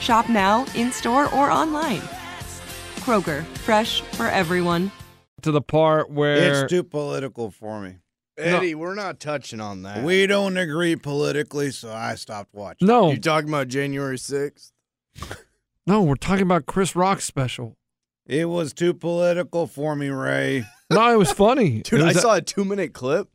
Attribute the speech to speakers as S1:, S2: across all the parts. S1: Shop now, in store, or online. Kroger, fresh for everyone.
S2: to the part where
S3: It's too political for me.
S4: Eddie, we're not touching on that.
S3: We don't agree politically, so I stopped watching.
S2: no,
S4: You talking about January 6th?
S2: no, we're talking about Chris Rock's special.
S3: It was too political for me, Ray.
S2: No, it was funny.
S4: Dude,
S2: It
S4: I
S2: was-
S4: saw a two minute clip.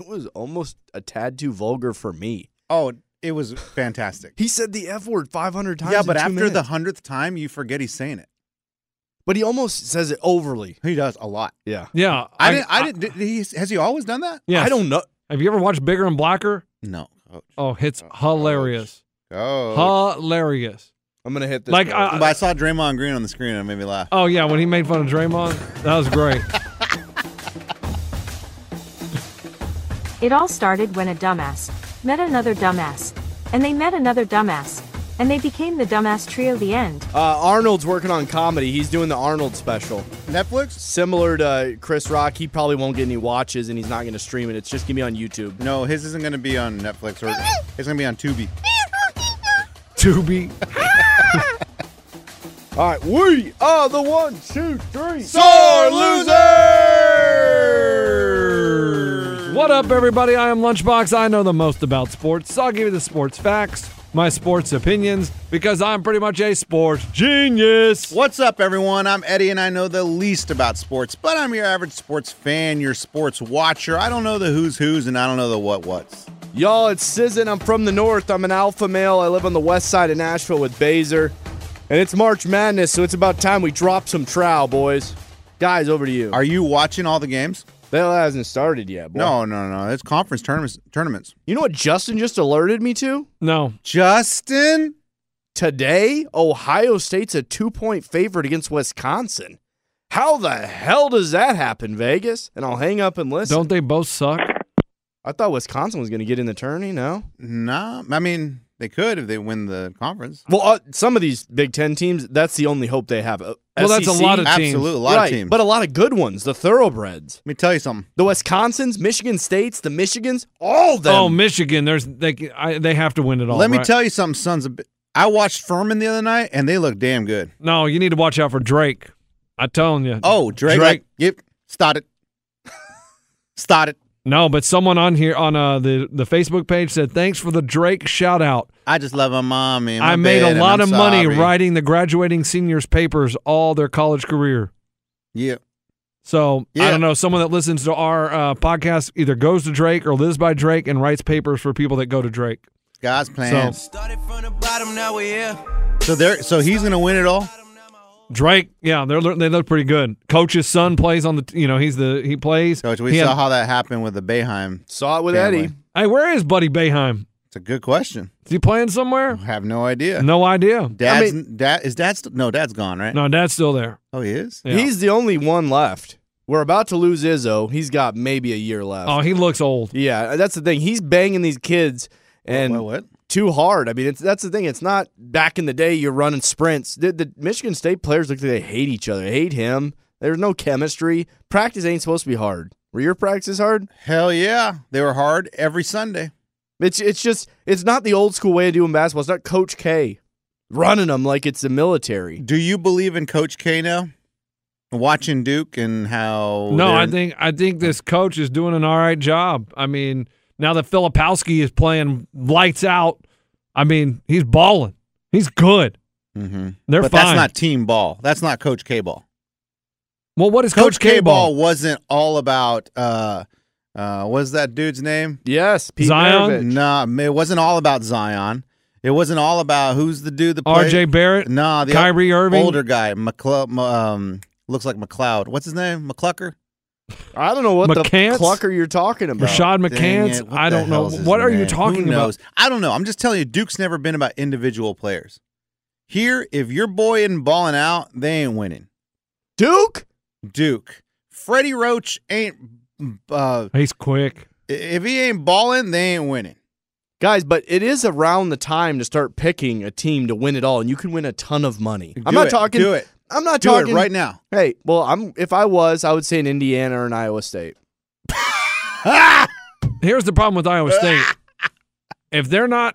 S4: It was almost a tad too vulgar for me.
S3: Oh, it was fantastic.
S4: He said the F word 500 times.
S3: yeah,
S4: in
S3: but
S4: two
S3: after the
S4: minutes.
S3: hundredth time, you forget he's saying it.
S4: But he almost says it overly.
S3: He does a lot.
S4: Yeah.
S2: Yeah,
S3: I, didn't. I, didn't. Did he, has he always done that?
S2: Yes.
S4: I don't know.
S2: Have you ever watched Bigger and Blacker?
S3: No. Oh,
S2: Oh, it's hilarious,
S3: oh.
S2: hilarious.
S4: I'm going to hit this.
S2: Like,
S4: button.
S2: uh,
S3: but I saw Draymond Green on the screen and it made me laugh.
S2: Oh yeah, when he made fun of Draymond, that was great.
S5: It all started when a dumbass met another dumbass, and they met another dumbass, and they became the dumbass trio. The end.
S4: Uh, Arnold's working on comedy. He's doing the Arnold special.
S3: Netflix?
S4: Similar to Chris Rock, he probably won't get any watches and he's not going to stream it. It's just going to be on YouTube.
S3: No, his isn't going to be on Netflix or it's going to be on Tubi.
S2: Tubi.
S4: All right, we are the one, two, three.
S3: Sore losers.
S2: What up, everybody? I am Lunchbox. I know the most about sports, so I'll give you the sports facts, my sports opinions, because I'm pretty much a sports genius.
S3: What's up, everyone? I'm Eddie, and I know the least about sports, but I'm your average sports fan, your sports watcher. I don't know the who's who's, and I don't know the what what's.
S4: Y'all, it's Sizzin. I'm from the north. I'm an alpha male. I live on the west side of Nashville with Baser. And it's March Madness, so it's about time we drop some trowel, boys. Guys, over to you.
S3: Are you watching all the games?
S4: That hasn't started yet, boy.
S3: No, no, no. It's conference tournaments. Tournaments.
S4: You know what Justin just alerted me to?
S2: No,
S3: Justin,
S4: Today, Ohio State's a two point favorite against Wisconsin. How the hell does that happen, Vegas? And I'll hang up and listen.
S2: don't they both suck?
S4: I thought Wisconsin was going to get in the tourney. No.
S3: nah. I mean, they could if they win the conference.
S4: Well, uh, some of these Big Ten teams, that's the only hope they have. Uh,
S2: Well, that's a
S4: SEC?
S2: lot of teams.
S3: Absolutely, a lot
S4: right,
S3: of teams.
S4: but a lot of good ones. The thoroughbreds,
S3: let me tell you something.
S4: the Wisconsins, Michigan States, the Michigans, all of them.
S2: Oh, Michigan. There's they. I, they have to win it all.
S3: Let me
S2: right?
S3: tell you something, sons of. bi- I watched Furman the other night, and they look damn good.
S2: No, you need to watch out for Drake. I'm telling you.
S3: Oh, Drake.
S2: Drake.
S3: yep. Start it. Start it.
S2: No, but someone on here on uh, the the Facebook page said thanks for the Drake shout out.
S3: I just love my mom. and my
S2: I made
S3: dad,
S2: a
S3: and
S2: lot
S3: I'm
S2: of money
S3: sorry.
S2: writing the graduating seniors papers all their college career.
S3: Yeah.
S2: So I
S3: Yeah.
S2: don't know. Someone that listens to our uh, podcast either goes to Drake or lives by Drake and writes papers for people that go to Drake.
S3: God's plan.
S2: So-
S3: So there. So he's gonna win it all.
S2: Drake, yeah, they are they look pretty good. Coach's son plays on the, t- you know, he's the he plays.
S3: Coach, we
S2: He
S3: saw
S2: had-
S3: how that happened with the Bayheim.
S4: Saw it with
S3: Family.
S4: Eddie.
S2: hey, where is Buddy Bayheim?
S3: It's a good question.
S2: Is he playing somewhere?
S3: I have no idea.
S2: No idea.
S3: Dad's dad is dad's no dad's gone right.
S2: No, Dad's still there.
S3: Oh, he is.
S2: Yeah.
S4: He's the only one left. We're about to lose Izzo. He's got maybe a year left.
S2: Oh, he looks old.
S4: yeah, that's the thing. He's banging these kids, and
S3: what, what?
S4: too hard. I mean, it's, that's the thing. It's not back in the day you're running sprints. The, the Michigan State players look like they hate each other. They hate him. There's no chemistry. Practice ain't supposed to be hard. Were your practices hard?
S3: Hell yeah. They were hard every Sunday.
S4: It's it's just it's not the old school way of doing basketball. It's not Coach K running them like it's the military.
S3: Do you believe in Coach K now? Watching Duke and how
S2: No, I
S3: they're-
S2: think I think this coach is doing an all right job. I mean, now that Filipowski is playing lights out, I mean, he's balling. He's good.
S3: Mhm.
S2: They're
S3: but
S2: fine.
S3: that's not team ball. That's not Coach K ball.
S2: well, what is Coach,
S3: Coach, K ball wasn't all about uh uh what's that dude's name?
S4: Yes, Pete
S2: Zion?
S4: Maravich.
S3: Nah, it wasn't all about Zion. It wasn't all about who's the dude that played.
S2: R.J. Barrett,
S3: Nah, the
S2: Kyrie Irving.
S3: older guy, McCle- m- um looks like McLeod. What's his name? McClucker?
S4: I don't know what
S2: McCants?
S4: the clucker you're talking about.
S2: Rashad
S3: Dang
S2: McCants.
S3: it, what
S2: I
S3: the
S2: don't know.
S3: hell's his
S2: What are you
S3: name?
S2: talking
S3: Who
S2: about?
S3: knows? I don't know. I'm just telling you, Duke's never been about individual players. Here, if your boy isn't balling out, they ain't winning.
S4: Duke.
S3: Duke. Freddie Roach ain't uh
S2: He's quick.
S3: if he ain't balling, they ain't winning.
S4: Guys, but it is around the time to start picking a team to win it all, and you can win a ton of money.
S3: Do
S4: I'm not
S3: it.
S4: talking.
S3: Do it.
S4: I'm not
S3: Do
S4: talking
S3: it right now.
S4: Hey, well, I'm. If I was, I would say in Indiana or in Iowa State.
S2: Here's the problem with Iowa State. if they're not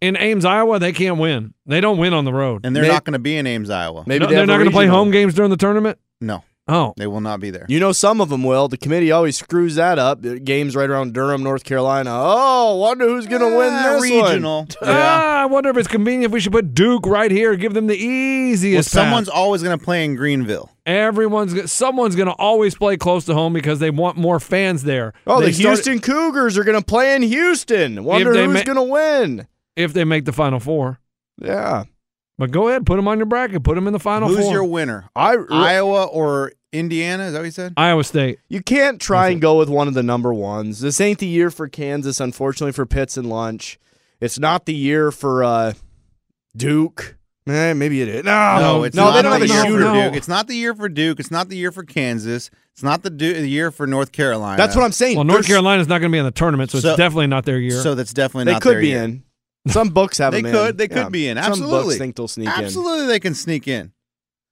S2: in Ames, Iowa, they can't win. They don't win on the road.
S3: And they're
S4: May-
S3: not going to be in Ames, Iowa.
S4: Maybe
S2: No,
S4: they
S2: they're
S4: have
S2: not
S4: a
S2: going to play
S4: regional.
S2: home games during the tournament.
S3: No,
S2: Oh,
S3: they will not be there.
S4: You know, some of them will. The committee always screws that up. The Games right around Durham, North Carolina. Oh, wonder who's going to win
S3: Ah,
S4: this One.
S3: regional. Yeah.
S2: Ah, I wonder if it's convenient if we should put Duke right here, give them the
S3: Well,
S2: easiest. path.
S3: someone's always going to play in Greenville.
S2: everyone's go- someone's going to always play close to home because they want more fans there.
S4: Oh,
S2: They
S4: the
S2: started-
S4: Houston Cougars are going to play in Houston. Wonder
S2: they
S4: who's
S2: ma-
S4: going to win.
S2: if they make the final four.
S4: Yeah,
S2: But go ahead, put them on your bracket, put them in the final
S3: Who's
S2: four.
S3: your winner?
S4: I.
S3: Iowa or Indiana? Is that what you said?
S2: Iowa State.
S4: you can't try and go with one of the number ones. This ain't the year for Kansas, unfortunately, for Pitts and Lunch. It's not the year for uh, Duke. Eh, maybe it is. No,
S3: it's
S4: no,
S3: not
S4: they don't have
S3: the
S4: a
S2: no,
S3: year
S4: shooter.
S3: for
S2: no.
S3: Duke. It's not the year for Duke. It's not the year for Kansas. It's not the, du- the year for North Carolina.
S4: That's what I'm saying.
S2: Well, North
S4: There's-
S2: Carolina's not going to be in the tournament, so,
S3: So-
S2: it's definitely not their year.
S3: So that's definitely
S4: They
S3: not
S4: could
S3: their
S4: be
S3: year.
S4: in. Some books have
S3: They
S4: them
S3: could.
S4: in.
S3: They could
S4: Yeah.
S3: be in.
S4: Some books
S3: Absolutely.
S4: think they'll sneak in.
S3: Absolutely, they can sneak in,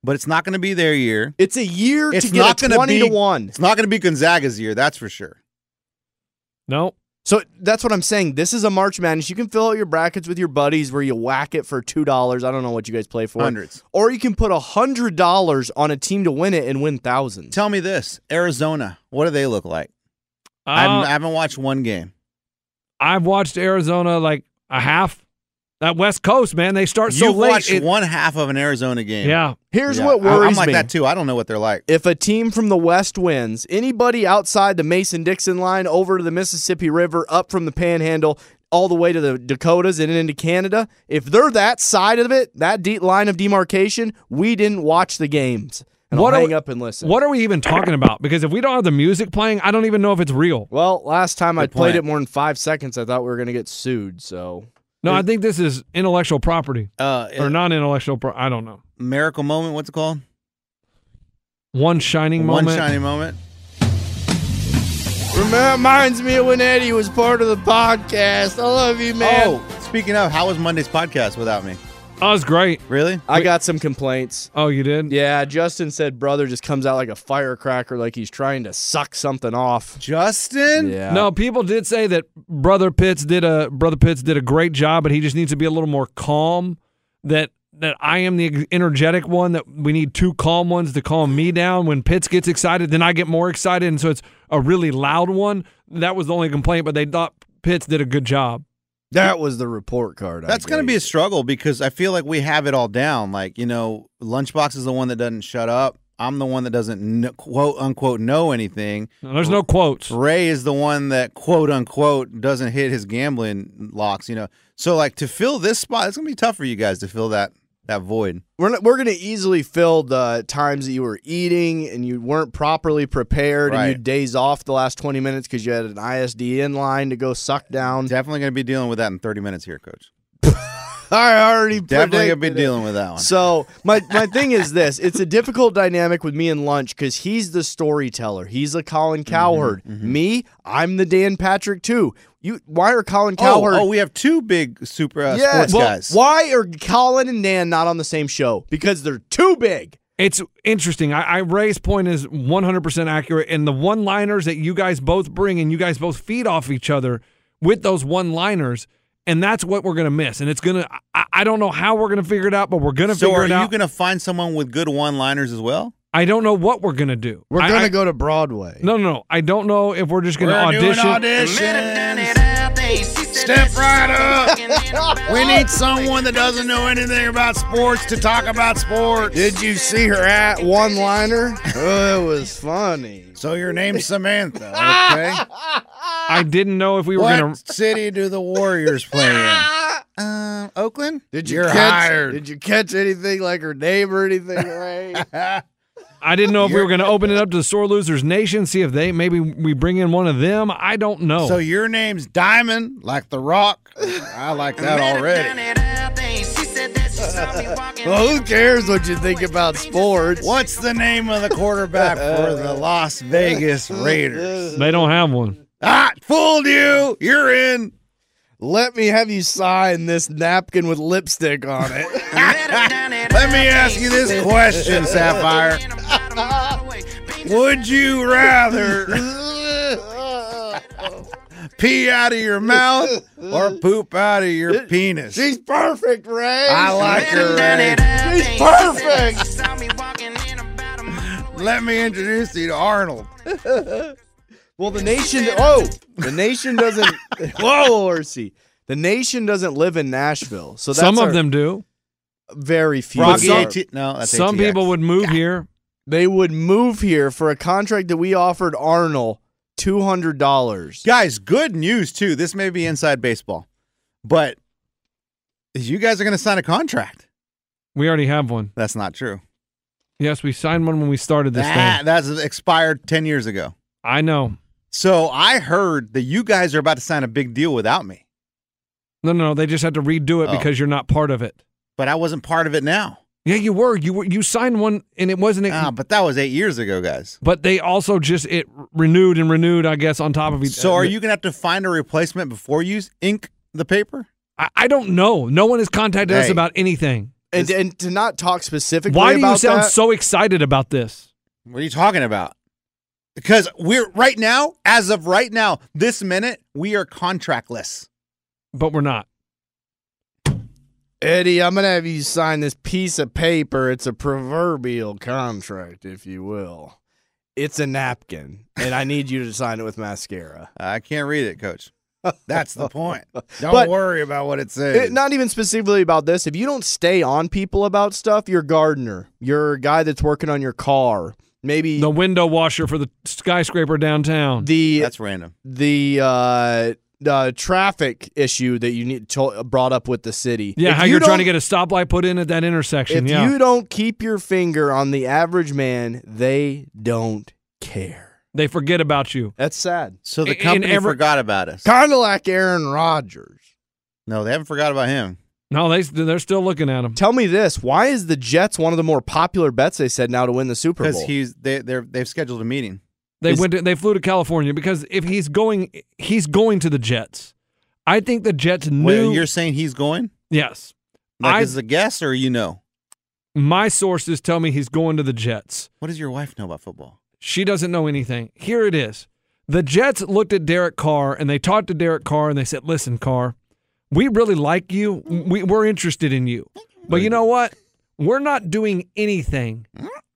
S3: but it's not going to be their year.
S4: It's a year
S3: It's
S4: to get
S3: not
S4: a
S3: going to
S4: twenty
S3: be
S4: to one.
S3: It's not going to be Gonzaga's year. That's for sure.
S2: no,
S4: So that's what I'm saying. This is a March Madness. You can fill out your brackets with your buddies where you whack it for two dollars. I don't know what you guys play for.
S3: Hundreds.
S4: Or you can put a hundred dollars on a team to win it and win thousands.
S3: Tell me this: Arizona. What do they look like?
S4: Uh,
S3: I haven't- I
S2: I,
S3: haven't watched one game.
S2: Uh, I've watched Arizona like a half. That West Coast man, they start so
S3: You've
S2: late.
S3: watched
S2: it-
S3: one half of an Arizona game.
S2: yeah,
S4: Here's
S3: Yeah.
S4: what
S3: I-
S4: worries
S3: I'm like
S4: me.
S3: that too. I don't know what they're like.
S4: If a team from the West wins, anybody outside the Mason Dixon line over to the Mississippi River, up from the Panhandle, all the way to the Dakotas and into Canada, if they're that side of it, that deep line of demarcation, we didn't watch the games. And
S2: What
S4: I'll
S2: are
S4: hang
S2: we-
S4: up and listen.
S2: what are we even talking about? Because if we don't have the music playing, I don't even know if it's real.
S4: Well, last time I
S3: Good
S4: played
S3: point.
S4: it more than five seconds, I thought we were going to get sued. So
S2: No, I think this is intellectual property
S3: Uh,
S2: or non-intellectual. Pro- I don't know.
S3: miracle moment. What's it called?
S2: One shining
S3: One
S2: moment.
S3: shiny moment.
S4: reminds me of when Eddie was part of the podcast. I love you,
S3: Oh, speaking of, how was Monday's podcast without me?
S2: Oh, it's great.
S3: Really?
S4: I got some complaints.
S2: Oh, you did?
S4: Yeah, Justin said brother just comes out like a firecracker, like he's trying to suck something off.
S3: Justin?
S4: Yeah.
S2: No, people did say that brother Pitts did a brother Pitts did a great job, but he just needs to be a little more calm. That that I am the energetic one. That we need two calm ones to calm me down. When Pitts gets excited, then I get more excited, and so it's a really loud one. That was the only complaint, but they thought Pitts did a good job.
S4: That was the report card. I
S3: That's going to be a
S4: gave.
S3: struggle because I feel like we have it all down. Like, you know, Lunchbox is the one that doesn't shut up. I'm the one that doesn't kn- quote unquote know anything.
S2: Now, there's no quotes.
S3: Ray is the one that quote unquote doesn't hit his gambling locks, you know. So like to fill this spot, it's going to be tough for you guys to fill that that void.
S4: We're, not- we're going to easily fill the times that you were eating and you weren't properly prepared and you
S3: Right.
S4: days off the last 20 minutes because you had an ISDN line to go suck down.
S3: Definitely going to be dealing with that in 30 minutes here, coach.
S4: I already
S3: Definitely gonna be
S4: predicted it.
S3: dealing with that one.
S4: So my my thing is this: it's a difficult dynamic with me and Lunch because he's the storyteller. He's a Colin
S2: Mm-hmm,
S4: Cowherd. Me, I'm the Dan Patrick too. You, why are Colin
S3: oh,
S4: Cowherd?
S3: oh, we have two big super uh,
S4: yeah,
S3: sports
S4: well,
S3: guys.
S4: why are Colin and Dan not on the same show? Because they're too big.
S2: It's interesting. I, I Ray's point is 100% accurate. And the one liners that you guys both bring and you guys both feed off each other with those one liners. And that's what we're going to miss. And it's going to, I I don't know how we're going to figure it out, but we're going to
S3: So
S2: figure
S3: are
S2: it
S3: you
S2: out.
S3: gonna find someone with good one-liners as well?
S2: I don't know what we're going to do. I- I-
S4: go to Broadway.
S2: No, no, no. I don't know if we're just going to audition.
S3: Step right up. we need someone that doesn't know anything about sports to talk about sports.
S4: you see her at one liner? oh, it was funny.
S3: So your name's Samantha, okay?
S2: I didn't know if we were
S3: what
S2: going to.
S3: city do the Warriors play in? Um, Oakland.
S4: Did
S3: You're hired.
S4: Did you catch anything like her name or anything, Ray?
S2: I didn't know if we were going to open it up to the sore losers nation. See if they maybe we bring in one of them. I don't know.
S3: So your name's Diamond, like The Rock. I like that already.
S4: well, who cares what you think about sports?
S3: What's the name of the quarterback for the Las Vegas Raiders?
S2: they don't have one.
S3: Ah, fooled you. You're in.
S4: Let me have you sign this napkin with lipstick on it.
S3: Let me ask you this question, Sapphire. Would you rather pee out of your mouth or poop out of your penis?
S4: She's perfect, Ray.
S3: I like her. Ray.
S4: She's perfect.
S3: Let me introduce you to Arnold.
S4: well, the nation. Oh, the nation doesn't. Whoa, Orsi. The nation doesn't live in Nashville, so that's
S2: Some
S4: our-
S2: of them do.
S4: very few.
S2: Rocky
S4: are.
S2: AT-
S3: no, that's
S2: Some
S3: ATX.
S2: people would move here.
S4: they would move here for a contract that we offered Arnold two hundred dollars.
S3: Guys, good news too. This may be inside baseball, but you guys are going to sign a contract.
S2: We already have one.
S3: That's not true.
S2: Yes, we signed one when we started this
S3: That-
S2: thing.
S3: that's expired 10 years ago.
S2: I know.
S3: So I heard that you guys are about to sign a big deal without me,
S2: No, no, no. They just had to redo it
S3: Oh.
S2: because you're not part of it.
S3: but I wasn't part of it now.
S2: Yeah, you were. You were. You signed one, and it wasn't.
S3: Ah, but that was eight years ago, guys.
S2: but they also just it renewed and renewed. I guess on top of each.
S3: So are you going to have to find a replacement before you s- ink the paper?
S2: I, I don't know. No one has contacted us
S3: Hey.
S2: about anything.
S4: And, and to not talk specifically
S2: Why do
S4: about
S2: you sound
S4: that,
S2: so excited about this?
S3: What are you talking about? Because we're right now, as of right now, this minute, we are contractless.
S2: But we're not.
S4: Eddie, I'm gonna have you sign this piece of paper. It's a proverbial contract, if you will. It's a napkin, and I need you to sign it with mascara.
S3: I can't read it, coach. That's the point. Don't
S4: But-
S3: worry about what it says.
S4: It- not even specifically about this. If you don't stay on people about stuff, you're a gardener. You're a guy that's working on your car. Maybe
S2: The window washer for the skyscraper downtown.
S4: the
S3: That's random.
S4: the uh, the traffic issue that you need to- brought up with the city.
S2: yeah,
S4: If
S2: how
S4: you
S2: you're trying to get
S4: don't-
S2: a stoplight put in at that intersection.
S4: If
S2: yeah.
S4: you don't keep your finger on the average man, they don't care.
S2: they forget about you.
S4: That's sad.
S3: So the
S2: In
S3: company
S2: every-
S3: forgot about us.
S4: Kind of like Aaron Rodgers.
S3: No, they haven't forgot about him.
S2: No, they they're still looking at them.
S4: Tell me this: Why is the Jets one of the more popular bets they said now to win the Super
S3: Because
S4: Bowl?
S3: he's they they're, they've scheduled a meeting.
S2: They
S4: Is-
S2: went. To, they flew to California because if he's going, he's going to the Jets. I think the Jets knew.
S3: Wait, you're saying he's going?
S2: yes,
S3: Like
S2: I-
S3: is a guess or you know?
S2: my sources tell me he's going to the Jets.
S3: What does your wife know about football?
S2: She doesn't know anything. Here it is. The Jets looked at Derek Carr and they talked to Derek Carr and they said, "Listen, Carr, we really like you. We, we're interested in you, but you know what? We're not doing anything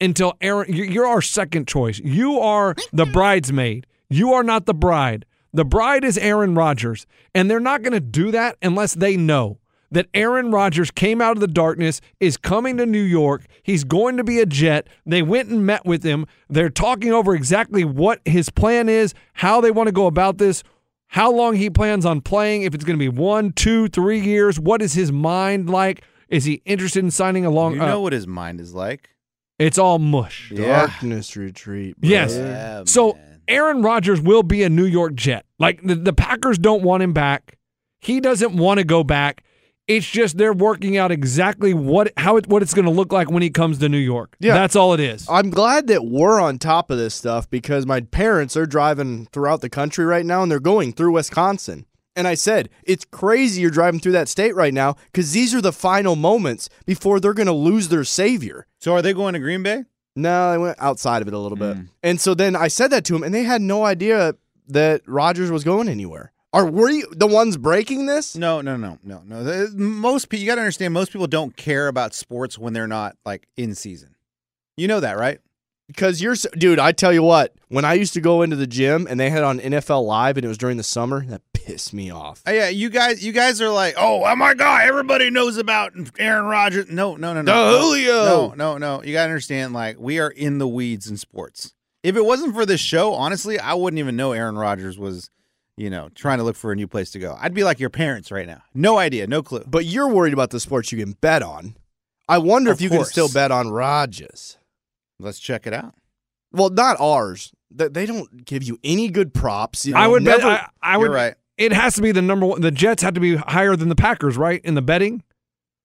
S2: until Aaron. you- You're our second choice. You are the bridesmaid. You are not the bride. The bride is Aaron Rodgers, and they're not going to do that unless they know that Aaron Rodgers came out of the darkness, is coming to New York. He's going to be a Jet. They went and met with him. They're talking over exactly what his plan is, how they want to go about this, how long he plans on playing, if it's going to be one, two, three years. What is his mind like? Is he interested in signing along?
S3: you
S2: uh,
S3: know what his mind is like.
S2: it's all mush.
S3: Yeah.
S4: Darkness retreat. brother.
S2: Yes.
S3: Yeah,
S2: so
S3: man.
S2: Aaron Rodgers will be a New York Jet. Like the, the Packers don't want him back. He doesn't want to go back. It's just they're working out exactly what how it, what it's going to look like when he comes to New York.
S4: Yeah.
S2: that's all it is.
S4: I'm glad that we're on top of this stuff because my parents are driving throughout the country right now and they're going through Wisconsin. And I said, it's crazy you're driving through that state right now because these are the final moments before they're going to lose their savior.
S3: So are they going to Green Bay?
S4: No, I went outside of it a little bit. And so then I said that to him, and they had no idea that Rogers was going anywhere. Are we the ones breaking this?
S3: No, no, no, no, no. The- Most people, you got to understand, most people don't care about sports when they're not like in season. You know that, right?
S4: Because you're, so, dude, I tell you what, when I used to go into the gym and they had on NFL Live and it was during the summer, that pissed me off.
S3: Uh, yeah, you guys, you guys are like, oh, oh my god, everybody knows about Aaron Rodgers. No, no, no, no,
S4: The
S3: no,
S4: Julio.
S3: No, no, no. You gotta understand, like, we are in the weeds in sports. If it wasn't for this show, honestly, I wouldn't even know Aaron Rodgers was, you know, trying to look for a new place to go. I'd be like your parents right now. No idea, no clue.
S4: But you're worried about the sports you can bet on. I wonder
S3: Of
S4: if you
S3: course.
S4: can still bet on Rogers.
S3: Let's check it out.
S4: Well, not ours. Th- They don't give you any good props. You
S2: I
S4: know,
S2: would bet.
S4: never-
S2: I, I would.
S3: You're right.
S2: It has to be the number one. The Jets have to be higher than the Packers, right? In the betting,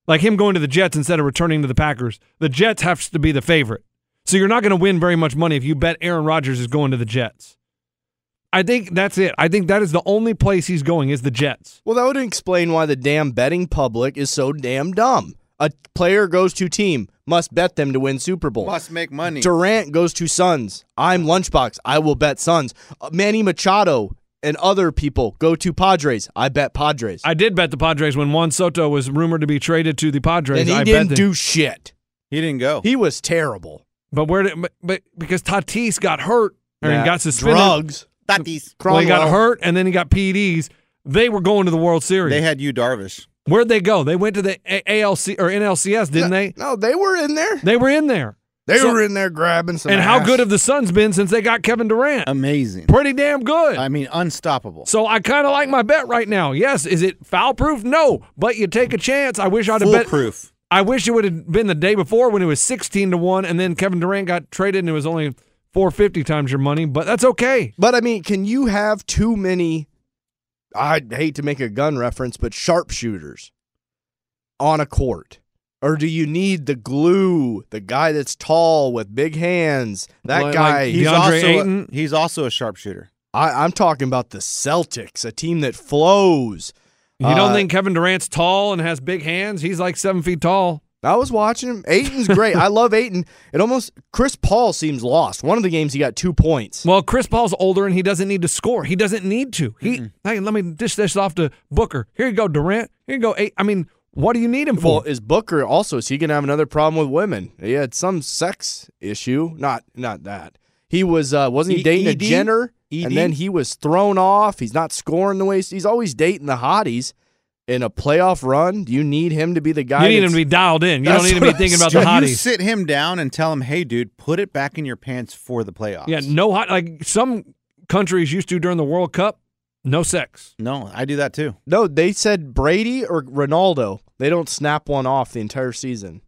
S2: like him going to the Jets instead of returning to the Packers. The Jets have to be the favorite. So you're not going to win very much money if you bet Aaron Rodgers is going to the Jets. I think that's it. I think that is the only place he's going is the Jets.
S4: Well, that would explain why the damn betting public is so damn dumb. A player goes to team, must bet them to win Super Bowl.
S3: Must make money.
S4: Durant goes to Suns. I'm Lunchbox. I will bet Suns. Uh, Manny Machado and other people go to Padres. I bet Padres.
S2: I did bet the Padres when Juan Soto was rumored to be traded to the Padres.
S4: and he
S2: I bet
S4: didn't
S2: them.
S4: do shit.
S3: He didn't go.
S4: He was terrible.
S2: But where did? But, but because Tatis got hurt and
S3: Yeah.
S2: got suspended,
S4: Drugs.
S3: Tatis.
S2: Well, he got
S4: Cromwell.
S2: hurt and then he got PEDs. They were going to the World Series.
S3: They had you, Darvish.
S2: Where'd they go? They went to the A- ALC or NLCS, didn't they?
S4: No, they were in there.
S2: They were in there.
S4: They
S2: So-
S4: were in there grabbing some.
S2: and how
S4: ass.
S2: good have the Suns been since they got Kevin Durant?
S3: Amazing.
S2: Pretty damn good.
S3: I mean, unstoppable.
S2: so I kind of like my bet right now. Yes, is it foul proof? No, but you take a chance. I wish I'd have bet.
S3: Foolproof.
S2: I wish it would have been the day before when it was sixteen to one, and then Kevin Durant got traded and it was only four fifty times your money. But that's okay.
S4: But I mean, can you have too many? I hate to make a gun reference, but sharpshooters on a court, or do you need the glue? The guy that's tall with big hands. That
S2: Like-
S4: guy.
S2: like
S3: He's
S2: DeAndre
S3: also,
S2: Ayton?
S3: A, he's also a sharpshooter.
S4: I, I'm talking about the Celtics, a team that flows.
S2: You don't
S4: Uh,
S2: think Kevin Durant's tall and has big hands? He's like seven feet tall.
S4: I was watching him. Ayton's great. I love Ayton. It almost Chris Paul seems lost. One of the games he got two points.
S2: Well, Chris Paul's older and he doesn't need to score. He doesn't need to. He hey, let me dish this off to Booker. Here you go, Durant. Here you go. Eight. I mean, what do you need him
S4: Well,
S2: for?
S4: is Booker also? Is he gonna have another problem with women? He had some sex issue. Not not that. He was uh, wasn't he
S3: E-
S4: dating a
S3: ED?
S4: Jenner?
S3: ED?
S4: And then he was thrown off. He's not scoring the way he's, he's always dating the hotties in a playoff run. Do you need him to be the guy?
S2: you need him
S4: that's-
S2: to be dialed in. You don't
S4: That's
S2: need him to be
S4: what I'm
S2: thinking about the
S3: Dude,
S2: hotties.
S3: You sit him down and tell him, "Hey, dude, put it back in your pants for the playoffs."
S2: yeah, no hot like some countries used to during the World Cup. No sex.
S3: no, I do that too.
S4: No, they said Brady or Ronaldo. They don't snap one off the entire season,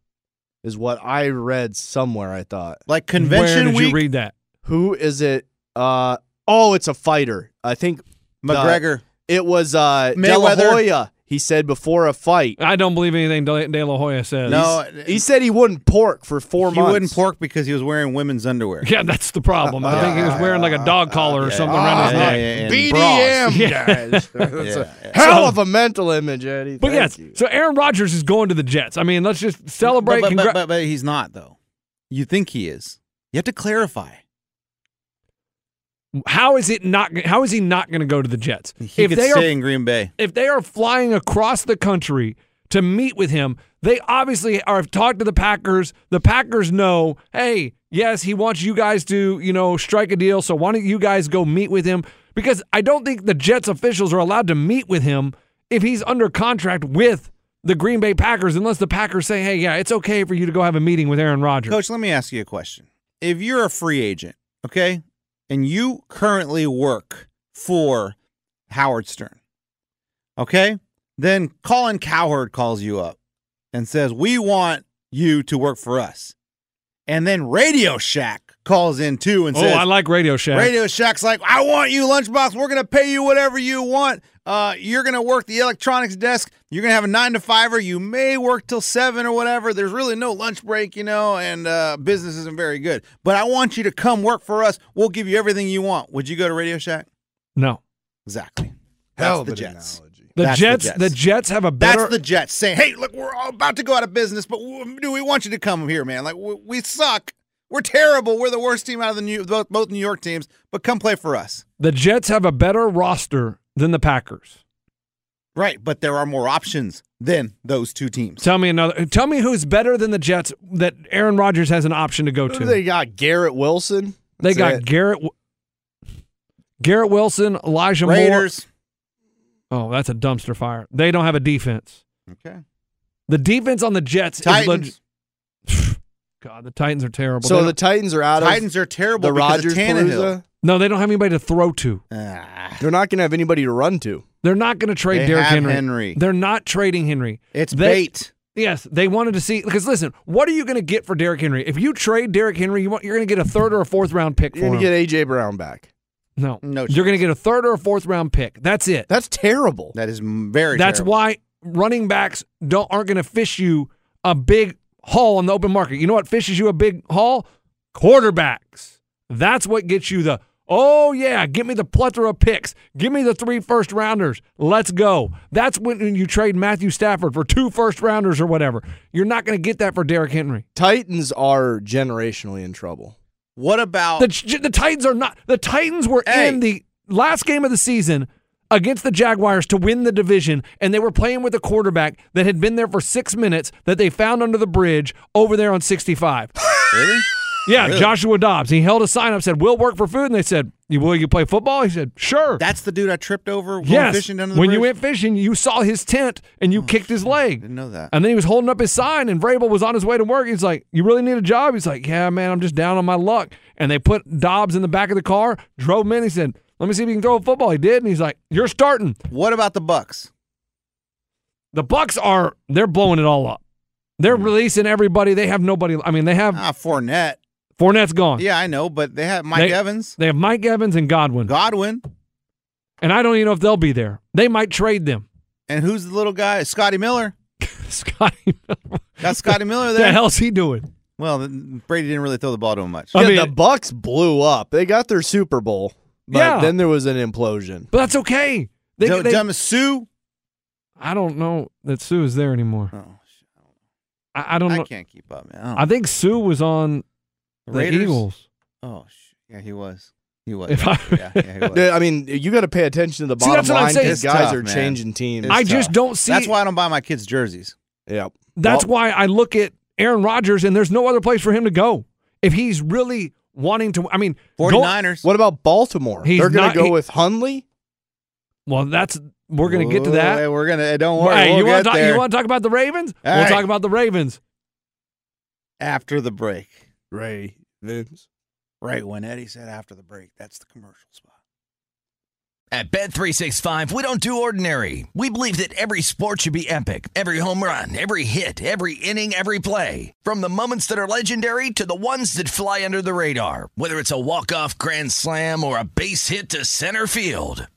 S4: is what I read somewhere. I thought.
S3: Like convention
S2: Where did
S3: week,
S2: you read that?
S4: Who is it? Uh oh, it's a fighter. I think uh,
S3: McGregor.
S4: It was uh, De La
S3: Mayweather.
S4: Hoya. He said before a fight.
S2: I don't believe anything De, De La Hoya says.
S3: No,
S4: He said he wouldn't pork for four
S3: he
S4: months.
S3: wouldn't pork because he was wearing women's underwear.
S2: Yeah, that's the problem. I think he was wearing like a dog collar or something around his
S3: Uh, yeah,
S2: neck.
S3: yeah, yeah, and
S4: BDM
S2: bras.
S4: guys. That's
S3: Yeah, yeah.
S4: a hell
S2: So-
S4: of a mental image, Eddie.
S2: But
S4: Thank
S2: yes,
S4: you.
S2: so Aaron Rodgers is going to the Jets. I mean, let's just celebrate.
S3: But, but,
S2: congrat-
S3: but, but, but he's not though. You think he is? You have to clarify.
S2: How is it not? How is he not going to go to the Jets?
S3: He could
S2: they
S3: stay
S2: are
S3: in Green Bay.
S2: if they are flying across the country to meet with him, they obviously are have talked to the Packers. The Packers know, hey, yes, he wants you guys to you know strike a deal. So why don't you guys go meet with him? Because I don't think the Jets officials are allowed to meet with him if he's under contract with the Green Bay Packers, unless the Packers say, hey, yeah, it's okay for you to go have a meeting with Aaron Rodgers.
S3: Coach, let me ask you a question. If you're a free agent, okay, and you currently work for Howard Stern, okay, then Colin Cowherd calls you up and says, We want you to work for us. And then Radio Shack calls in too and
S2: oh,
S3: says,
S2: I like Radio Shack.
S3: Radio Shack's like, I want you, Lunchbox. We're going to pay you whatever you want. Uh, you're going to work the electronics desk. You're going to have a nine to fiver. You may work till seven or whatever. There's really no lunch break, you know, and uh, business isn't very good. But I want you to come work for us. We'll give you everything you want. Would you go to Radio Shack?
S2: No.
S3: Exactly.
S6: Hell of
S3: That's the
S6: an
S3: Jets.
S6: analogy.
S2: The
S3: That's the
S2: Jets, the
S3: Jets.
S2: Jets have a better
S3: That's the Jets saying, "Hey, look, we're all about to go out of business, but w- do we want you to come here, man? Like, we, we suck. We're terrible. We're the worst team out of the New, both, both New York teams. But come play for us,
S2: the Jets have a better roster than the Packers.
S3: right? But there are more options than those two teams.
S2: Tell me another tell me who's better than the Jets that Aaron Rodgers has an option to go
S4: Who
S2: to.
S4: They got Garrett Wilson.
S2: They
S4: That's
S2: got
S4: it.
S2: Garrett W- Garrett Wilson, Elijah
S3: Raiders.
S2: Moore. Oh, that's a dumpster fire. They don't have a defense.
S3: Okay.
S2: The defense on the Jets is leg-
S3: Titans.
S2: God, the Titans are terrible. They
S4: so the
S2: don't-
S4: Titans are out
S3: Titans are
S4: of
S3: terrible.
S4: the
S3: because of
S4: Rodgers
S3: Tannehill.
S4: Palooza.
S2: no, they don't have anybody to throw to.
S3: Ah,
S4: They're not going to have anybody to run to.
S2: They're not going to trade
S3: They
S2: Derrick
S3: have
S2: Henry.
S3: Henry.
S2: They're not trading Henry.
S3: it's
S2: They-
S3: bait.
S2: Yes, they wanted to see because listen, what are you going to get for Derrick Henry? If you trade Derrick Henry, you want, you're going to get a third or a fourth round pick
S4: You're
S2: for
S4: going
S2: him.
S4: to get AJ Brown back.
S2: no,
S3: No
S2: you're going to get a third or a fourth round pick. That's it.
S4: That's terrible.
S3: That is m- very.
S2: That's
S3: terrible.
S2: why running backs don't aren't going to fish you a big haul on the open market. You know what fishes you a big haul? Quarterbacks. That's what gets you the oh yeah, give me the plethora of picks, give me the three first rounders, let's go. That's when you trade Matthew Stafford for two first rounders or whatever. You're not going to get that for Derrick Henry.
S4: Titans are generationally in trouble.
S3: What about
S2: The, J- the Titans are not. The Titans were
S3: Oh. Hey.
S2: in the last game of the season against the Jaguars to win the division, and they were playing with a quarterback that had been there for six minutes that they found under the bridge over there on 65.
S3: really?
S2: Yeah,
S3: Really?
S2: Joshua Dobbs. He held a sign up, said, We'll work for food. And they said, "You Will you play football? He said, Sure.
S3: That's the dude I tripped over when
S2: yes.
S3: fishing down to the
S2: when
S3: bridge? Oh,
S2: you went fishing, you saw his tent and you kicked his leg.
S3: Didn't know that.
S2: And then he was holding up his sign, and Vrabel was on his way to work. He's like, "You really need a job?" He's like, "Yeah, man, I'm just down on my luck." And they put Dobbs in the back of the car, drove him in. He said, "Let me see if you can throw a football." He did, and he's like, "You're starting."
S3: What about the Bucks?
S2: The Bucks are they're blowing it all up. They're
S3: Mm.
S2: releasing everybody. They have nobody. I mean, they have
S3: Ah, Fournette.
S2: Fournette's gone.
S3: Yeah, I know, but they have Mike
S2: uh, They-
S3: Evans,
S2: They have Mike Evans and Godwin,
S3: Godwin,
S2: and I don't even know if they'll be there. They might trade them.
S3: and who's the little guy? Scotty Miller.
S2: Scotty,
S3: Got Scotty Miller
S2: what
S3: there.
S2: the hell's he doing?
S3: Well, then Brady didn't really throw the ball to him much.
S2: I
S4: yeah,
S2: mean-
S4: the Bucks blew up. They got their Super Bowl, but
S2: Yeah.
S4: then there was an implosion.
S2: But that's okay. They,
S3: Joe
S2: they-
S3: Demasu.
S2: I don't know that Sue is there anymore.
S3: Oh, sh-
S2: I, I don't
S3: I,
S2: know.
S3: can't keep up, man. Oh,
S2: I think Sue was on the
S3: Raiders?
S2: Eagles.
S3: Oh, sh- yeah, he was. He was.
S2: If I-
S3: yeah, yeah, he was.
S4: Yeah, I mean, you got to pay attention to the
S2: See,
S4: bottom
S2: that's what I'm
S4: line
S2: saying.
S4: because
S2: It's
S4: guys
S3: tough,
S4: are
S3: man.
S4: changing teams.
S3: It's
S2: I just
S3: tough.
S2: don't see.
S3: That's why I don't buy my kids jerseys.
S4: yeah,
S2: That's why I look at Aaron Rodgers, and there's no other place for him to go if he's really wanting to. I mean, go-
S3: 49ers.
S4: What about Baltimore?
S2: He's
S4: They're going
S2: not-
S4: to go
S2: he-
S4: with Hunley.
S2: well, that's we're gonna get to that.
S3: Wait, We're gonna. eh, Don't worry.
S2: hey,
S3: we'll
S2: you
S3: get
S2: to talk?
S3: there
S2: You want to talk about the Ravens?
S3: All
S2: we'll
S3: right.
S2: talk about the Ravens.
S3: after the break.
S4: Ray Vince.
S3: Right when Eddie said after the break, that's the commercial spot.
S7: At Bet365, we don't do ordinary. We believe that every sport should be epic. Every home run, every hit, every inning, every play. From the moments that are legendary to the ones that fly under the radar. Whether it's a walk-off grand slam or a base hit to center field.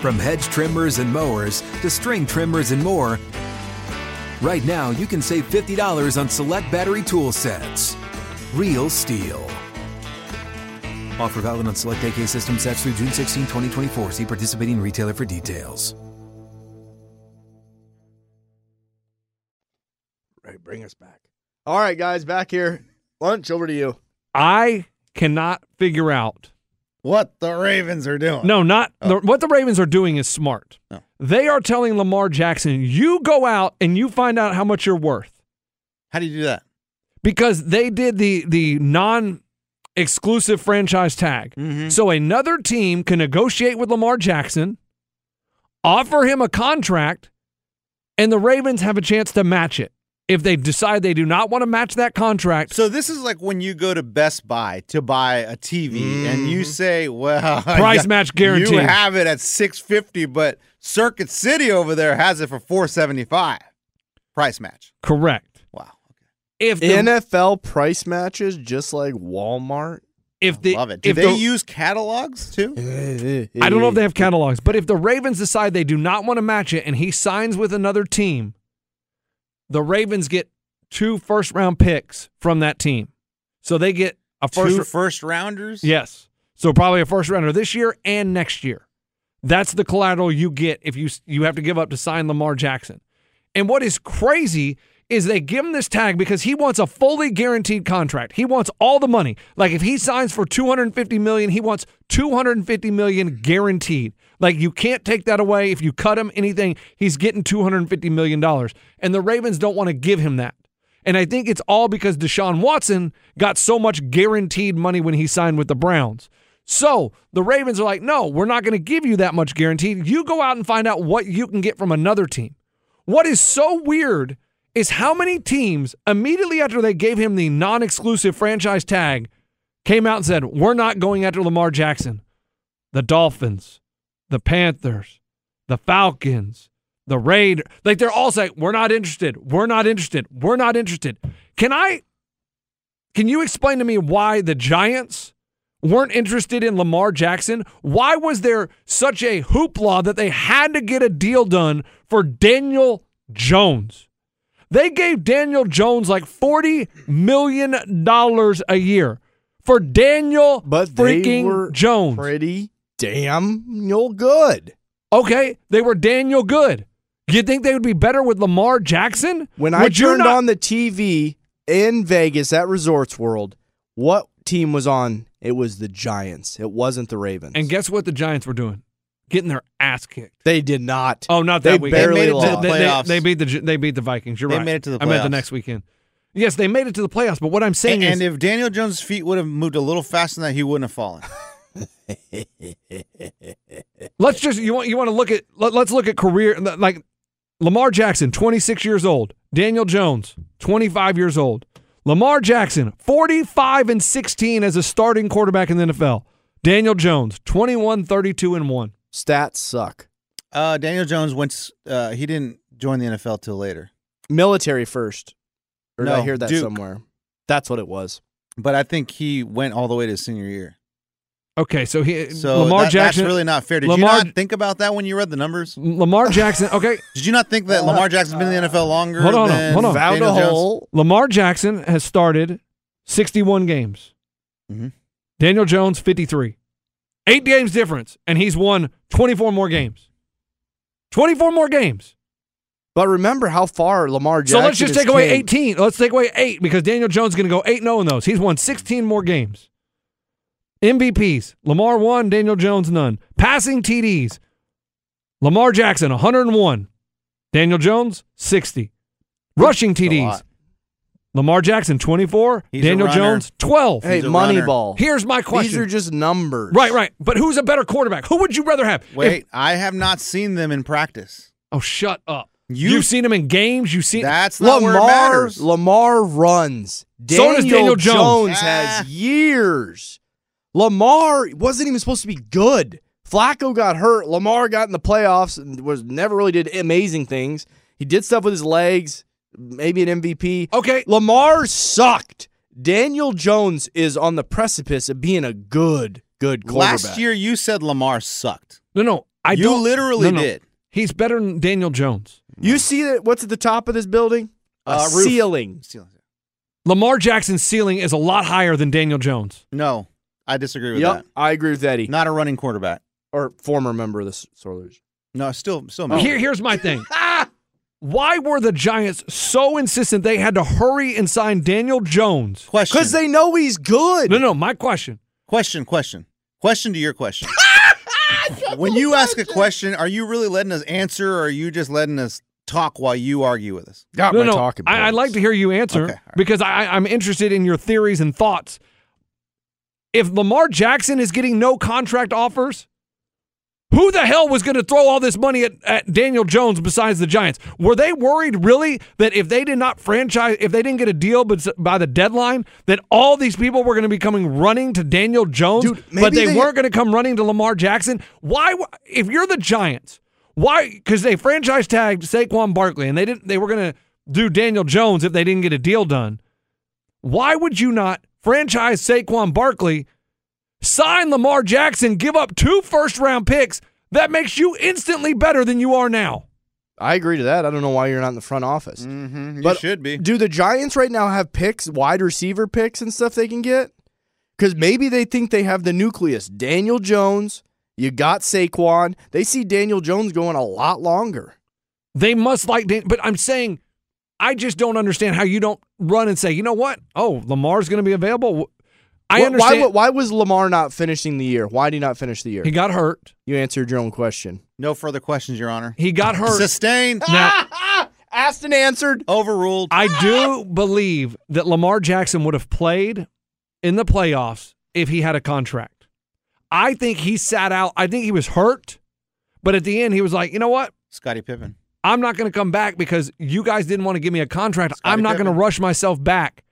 S8: From hedge trimmers and mowers to string trimmers and more, right now you can save $50 on select battery tool sets. Real steel. Offer valid on select AK system sets through June 16, 2024. See participating retailer for details.
S6: Right, bring us back.
S4: All right, guys, back here. Lunch over to you.
S2: I cannot figure out.
S3: What the Ravens are doing.
S2: No, not the, what the Ravens are doing is smart.
S3: Oh. No.
S2: They are telling Lamar Jackson, you go out and you find out how much you're worth.
S3: How do you do that?
S2: because they did the the non exclusive franchise tag.
S3: Mm-hmm.
S2: So another team can negotiate with Lamar Jackson, offer him a contract, and the Ravens have a chance to match it. If they decide they do not want to match that contract,
S3: So this is like when you go to Best Buy to buy a TV and you say, "Well, I
S2: Mm-hmm. Price
S3: got-
S2: match guaranteed.
S3: You have it at 650, but Circuit City over there has it for 475. Price match.
S2: correct.
S3: Wow.
S2: If the,
S4: NFL price matches just like Walmart.
S2: if the
S3: Love it. Do
S2: if
S3: they
S2: the,
S3: use catalogs too?
S2: I don't know if they have catalogs, but if the Ravens decide they do not want to match it and he signs with another team, the Ravens get two first round picks from that team. So they get a first
S3: Two first rounders.
S2: Yes. So probably a first rounder this year and next year. That's the collateral you get if you you have to give up to sign Lamar Jackson. And what is crazy is they give him this tag because he wants a fully guaranteed contract. He wants all the money. Like if he signs for 250 million, he wants 250 million guaranteed. Like you can't take that away if you cut him anything. He's getting 250 million dollars. And the Ravens don't want to give him that. And I think it's all because Deshaun Watson got so much guaranteed money when he signed with the Browns. So the Ravens are like, no, we're not going to give you that much guaranteed. You go out and find out what you can get from another team. What is so weird is how many teams, immediately after they gave him the non exclusive franchise tag, came out and said, we're not going after Lamar Jackson. The Dolphins, the Panthers, the Falcons, the Raid. Like they're all saying, we're not interested. We're not interested. We're not interested. Can I, can you explain to me why the Giants weren't interested in Lamar Jackson? Why was there such a hoopla that they had to get a deal done for Daniel Jones? They gave Daniel Jones like $40 million a year for Daniel
S4: But they
S2: freaking
S4: were
S2: Jones.
S4: pretty damn no good.
S2: Okay, they were Daniel Good. You think they would be better with Lamar Jackson?
S4: When I
S2: Would you
S4: turned
S2: not-
S4: on the TV in Vegas at Resorts World, what team was on? It was the Giants. It wasn't the Ravens.
S2: and guess what the Giants were doing? Getting their ass kicked.
S4: they did not.
S2: Oh, not
S4: They
S2: that weekend.
S4: barely They made it to
S3: lost. the
S2: They- they-
S3: playoffs.
S2: They, beat the Gi- they beat the Vikings. You're
S3: They
S2: right.
S3: made it to the
S2: I meant the
S3: playoffs.
S2: next weekend. Yes, they made it to the playoffs. But what I'm saying
S3: And, and
S2: is,
S3: if Daniel Jones' feet would have moved a little faster than that, he wouldn't have fallen.
S2: let's just you want you want to look at let, let's look at career like Lamar Jackson, 26 years old. Daniel Jones, 25 years old. Lamar Jackson, 45 and 16 as a starting quarterback in the NFL. Daniel Jones, 21, 32 and 1.
S4: Stats suck.
S3: Uh, Daniel Jones went. s- Uh, he didn't join the NFL till later.
S4: Military first. Or did I
S3: No,
S4: hear that
S3: Duke.
S4: somewhere? That's what it was.
S3: But I think he went all the way to his senior year.
S2: Okay, so he
S3: So
S2: Lamar
S3: that-
S2: Jackson
S3: that's really not fair. Did
S2: Lamar-
S3: you not think about that when you read the numbers?
S2: Lamar Jackson. Okay,
S3: Did you not think that Lamar Jackson's been in the NFL longer?
S2: Uh, Hold on,
S3: than
S2: hold on.
S4: Found
S3: Daniel
S4: a
S3: Jones?
S4: hole.
S2: Lamar Jackson has started 61 games.
S3: Mhm.
S2: Daniel Jones 53. 8 games difference and he's won 24 more games. 24 more games.
S4: But remember how far Lamar
S2: So
S4: Jackson
S2: let's just
S4: has
S2: take away
S4: came.
S2: 18. Let's take away 8 because Daniel Jones is going to go 8 0 in those. He's won 16 more games. MVPs Lamar 1, Daniel Jones none. Passing TDs Lamar Jackson 101, Daniel Jones 60. Rushing
S3: That's a
S2: TDs
S3: lot.
S2: Lamar Jackson 24,
S3: He's a
S2: Daniel
S3: runner.
S2: Jones 12.
S4: Hey,
S3: He's a runner.
S4: Moneyball.
S2: Here's my
S4: These are
S2: question.
S4: just numbers.
S2: Right, right. But who's a better quarterback? Who would you rather have? If-
S3: Wait, I have not seen them in practice.
S2: oh, shut up.
S3: You-
S2: You, have seen him in games. You've seen.
S3: That's not where it
S4: Lamar
S3: matters.
S4: Lamar runs.
S2: So does Daniel Jones.
S3: Ah.
S4: has years. Lamar wasn't even supposed to be good. Flacco got hurt. Lamar got in the playoffs and was never really did amazing things. He did stuff with his legs, maybe an MVP.
S2: Okay.
S4: Lamar sucked. Daniel Jones is on the precipice of being a good, good quarterback.
S3: Last year, you said Lamar sucked.
S2: No, no. I
S3: You
S2: don't-
S3: literally
S2: no, no.
S3: did.
S2: He's better than Daniel Jones.
S4: you see that what's at the top of this building? A
S3: Uh, roof.
S4: ceiling.
S2: Lamar Jackson's ceiling is a lot higher than Daniel Jones.
S3: No, I disagree with
S4: Yep, I agree with Eddie.
S3: that. Not a running quarterback.
S4: or former member of the S- Soilers.
S3: No, still, still.
S2: Oh. Here, here's my thing.
S3: Ah!
S2: Why were the Giants so insistent they had to hurry and sign Daniel Jones?
S3: question.
S4: Because they know he's good.
S2: No, no, my question.
S3: Question, question. Question to your question. when you ask a question, are you really letting us answer or are you just letting us talk while you argue with us?
S4: Got
S2: no, no. I, would like to hear you answer
S3: Okay, all right.
S2: because I, I'm interested in your theories and thoughts. If Lamar Jackson is getting no contract offers, who the hell was going to throw all this money at, at Daniel Jones besides the Giants? Were they worried really that if they did not franchise, if they didn't get a deal bes- by the deadline, that all these people were going to be coming running to Daniel Jones,
S4: Dude, maybe
S2: but they,
S4: they-
S2: weren't going to come running to Lamar Jackson? Why, w- if you're the Giants, why? Because they franchise tagged Saquon Barkley and they didn't. They were going to do Daniel Jones if they didn't get a deal done. Why would you not franchise Saquon Barkley? sign Lamar Jackson, give up two first round picks, that makes you instantly better than you are now.
S4: I agree to that. I don't know why you're not in the front office.
S3: Mm-hmm. You
S4: But-
S3: should be.
S4: Do the Giants right now have picks, wide receiver picks, and stuff they can get? Because maybe they think they have the nucleus. Daniel Jones, you got Saquon. They see Daniel Jones going a lot longer.
S2: They must like Dan, but I'm saying I just don't understand how you don't run and say, you know what? Oh, Lamar's going to be available. I
S4: Why-
S2: understand
S4: Why, why was Lamar not finishing the year? Why did he not finish the year?
S2: he got hurt.
S4: you answered your own question.
S3: No further questions, Your Honor.
S2: He got hurt.
S3: Sustained.
S2: now
S4: Asked and answered.
S3: Overruled.
S2: I do believe that Lamar Jackson would have played in the playoffs if he had a contract. I think he sat out. I think he was hurt, but at the end he was like, you know what?
S3: Scotty Pippen.
S2: I'm not going to come back because you guys didn't want to give me a contract.
S3: Scottie
S2: I'm not going to
S3: Pippen.
S2: rush myself back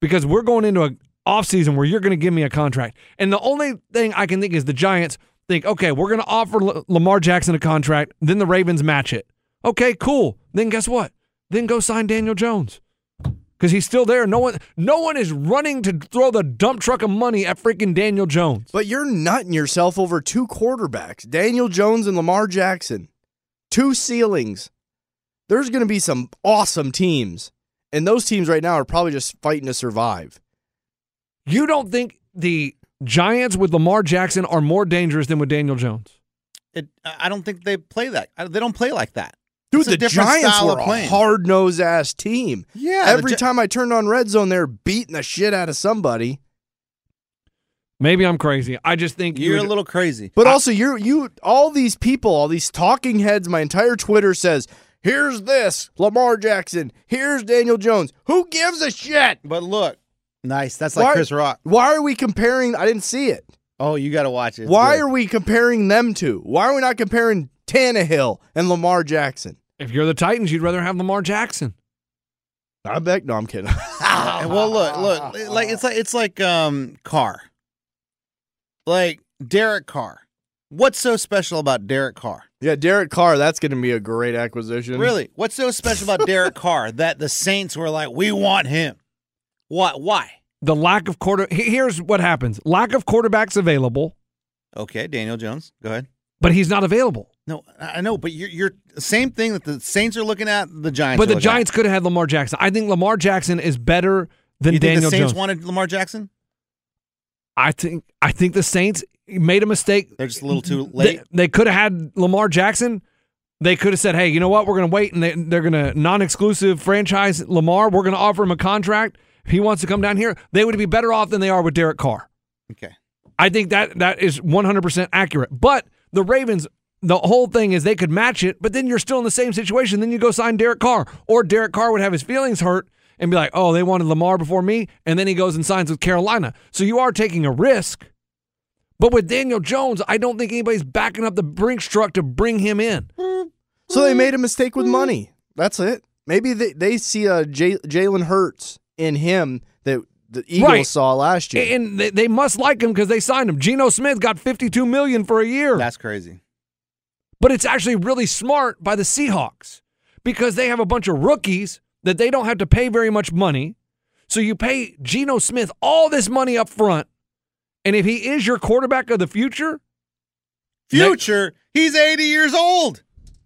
S2: because we're going into an offseason where you're going to give me a contract. And the only thing I can think is the Giants think, okay, we're going to offer L- Lamar Jackson a contract. Then the Ravens match it. Okay, cool. Then guess what? Then go sign Daniel Jones because he's still there. No one, no one is running to throw the dump truck of money at freaking Daniel Jones.
S4: But you're nutting yourself over two quarterbacks, Daniel Jones and Lamar Jackson. Two ceilings. There's going to be some awesome teams. And those teams right now are probably just fighting to survive.
S2: You don't think the Giants with Lamar Jackson are more dangerous than with Daniel Jones?
S3: It, I I don't think they play that. I- They don't play like that.
S4: Dude,
S3: It's a
S4: the
S3: different
S4: Giants
S3: style
S4: were
S3: of
S4: a
S3: playing.
S4: hard nosed ass team.
S3: Yeah.
S4: Every
S3: the Gi-
S4: time I turned on Red Zone, they're beating the shit out of somebody.
S2: Maybe I'm crazy. I just think
S3: You're a
S2: would-
S3: little crazy.
S4: But also, you're you all these people, all these talking heads. My entire Twitter says, "Here's this Lamar Jackson. Here's Daniel Jones. Who gives a shit?"
S3: But look. Nice. That's like
S4: Why-
S3: Chris Rock.
S4: Why are we comparing? I didn't see it.
S3: Oh, you got to watch it. It's
S4: Why
S3: good.
S4: are we comparing them to? Why are we not comparing Tannehill and Lamar Jackson?
S2: If you're the Titans, you'd rather have Lamar Jackson.
S4: I bet. No, I'm kidding.
S3: Uh, well, look, look, like it's like it's like um Carr, like Derek Carr. What's so special about Derek Carr?
S4: yeah, Derek Carr. That's going to be a great acquisition.
S3: Really, what's so special about Derek Carr that the Saints were like, we want him? What? Why?
S2: The lack of quarter. he- Here's what happens: lack of quarterbacks available,
S3: Okay, Daniel Jones, go ahead.
S2: but he's not available.
S3: No, I I know, but you're you're same thing that the Saints are looking at. The Giants, are
S2: But the
S3: looking at.
S2: Giants could have had Lamar Jackson. I think Lamar Jackson is better than
S3: You think
S2: Daniel
S3: the Saints
S2: Jones.
S3: wanted Lamar Jackson?
S2: I think. I think the Saints made a mistake.
S3: They're just a little too late.
S2: They, they could have had Lamar Jackson. They could have said, "Hey, you know what? We're going to wait, and they, they're going to non-exclusive franchise Lamar. We're going to offer him a contract. If he wants to come down here, they would be better off than they are with Derek Carr."
S3: okay,
S2: I think that that is 100% accurate. But the Ravens, the whole thing is they could match it, but then you're still in the same situation. Then you go sign Derek Carr, or Derek Carr would have his feelings hurt and be like, "Oh, they wanted Lamar before me," and then he goes and signs with Carolina. So you are taking a risk. But with Daniel Jones, I don't think anybody's backing up the Brinks truck to bring him in.
S4: So they made a mistake with money. That's it. Maybe they, they see a J- Jalen Hurts in him that the Eagles
S2: Right.
S4: saw last year.
S2: And they, they must like him because they signed him. Geno Smith got 52 million for a year.
S3: That's crazy.
S2: but it's actually really smart by the Seahawks because they have a bunch of rookies that they don't have to pay very much money. So you pay Geno Smith all this money up front, and if he is your quarterback of the future,
S3: Future, he's 80 years old.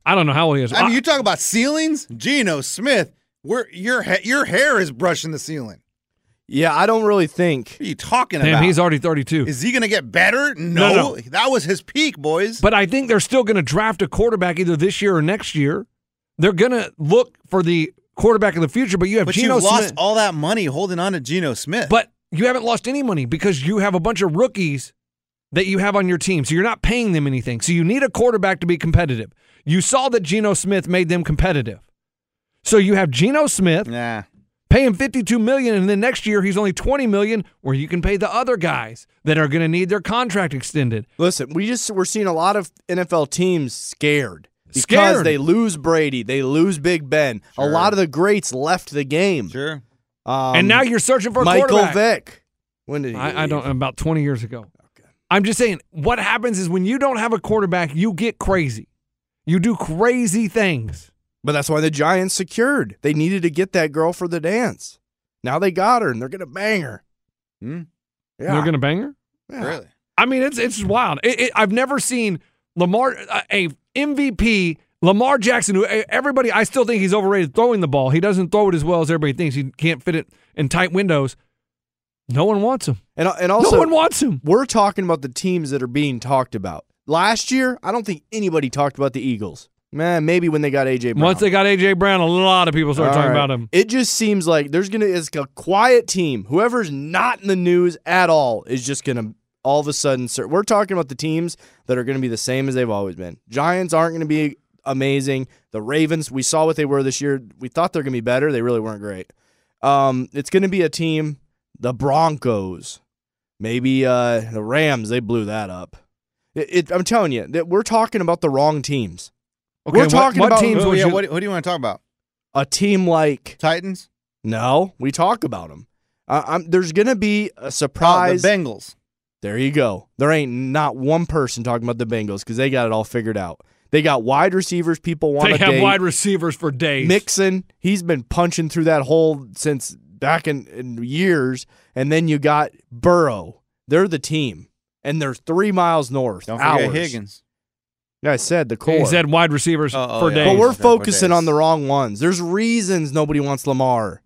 S2: I don't know how old he is.
S3: I mean,
S2: I-
S3: you talk about ceilings, Geno Smith. Where your ha- your hair is brushing the ceiling.
S4: yeah, I don't really think.
S3: What are you talking
S2: damn,
S3: about?
S2: he's already 32.
S3: is he going to get better?
S2: No,
S3: No,
S2: no.
S3: that was his peak, boys.
S2: But I think they're still going to draft a quarterback either this year or next year. They're going to look for the quarterback of the future, but you have
S3: but
S2: Geno
S3: you've lost
S2: Smith.
S3: all that money holding on to Geno Smith.
S2: But you haven't lost any money because you have a bunch of rookies that you have on your team. So you're not paying them anything. So you need a quarterback to be competitive. You saw that Geno Smith made them competitive. So you have Geno Smith,
S3: nah,
S2: pay him 52 million and then next year he's only 20 million where you can pay the other guys that are going to need their contract extended.
S4: Listen, we just we're seeing a lot of NFL teams scared because
S2: Scared.
S4: they lose Brady, they lose Big Ben. A lot of the greats left the game.
S3: sure.
S4: Um,
S2: and now you're searching for a
S4: Michael
S2: quarterback.
S4: Vick. When did he
S2: I, I
S4: leave?
S2: don't about 20 years ago. I'm just saying what happens is when you don't have a quarterback, you get crazy. You do crazy things.
S4: But that's why the Giants secured. They needed to get that girl for the dance. Now they got her, and they're gonna bang her.
S3: Hmm?
S4: Yeah,
S2: They're going to bang her?
S4: Yeah.
S3: Really?
S2: I mean, it's it's wild. It, it, I've never seen Lamar a, a MVP Lamar Jackson. Who eh, everybody, I still think he's overrated throwing the ball. He doesn't throw it as well as everybody thinks. He can't fit it in tight windows. No one wants him.
S4: And uh, and also
S2: no one wants him.
S4: we're talking about the teams that are being talked about. Last year, I don't think anybody talked about the Eagles. Man, maybe when they got AJ. Brown.
S2: Once they got AJ Brown, a lot of people started
S4: All
S2: talking
S4: right.
S2: about him.
S4: It just seems like there's gonna it's a quiet team. Whoever's not in the news at all is just gonna all of a sudden. Start. We're talking about the teams that are gonna be the same as they've always been. Giants aren't gonna be amazing. The Ravens, we saw what they were this year. We thought they're gonna be better. They really weren't great. Um, it's gonna be a team. The Broncos, maybe uh, the Rams. They blew that up. It, it, I'm telling you that we're talking about the wrong teams.
S2: Okay,
S4: we're
S2: what-
S4: talking
S2: what
S4: about
S2: teams
S3: Oh,
S2: would
S3: yeah,
S2: you-
S3: what, who do you want to talk about?
S4: a team like
S3: Titans?
S4: no, we talk about them. Uh, I'm, there's going to be a
S3: Oh,
S4: surprise.
S3: the Bengals.
S4: there you go. There ain't not one person talking about the Bengals because they got it all figured out. They got wide receivers people want
S2: They
S4: to
S2: have
S4: date.
S2: wide receivers for days.
S4: Mixon, he's been punching through that hole since back in, in years. And then you got Burrow. They're the team. And they're three miles north.
S3: Don't forget
S4: hours.
S3: Higgins.
S4: Yeah, I said the core.
S2: He said wide receivers
S3: Oh, oh,
S2: for
S3: yeah.
S2: days.
S4: But we're
S3: Days, therefore
S4: focusing
S3: days.
S4: on the wrong ones. There's reasons nobody wants Lamar.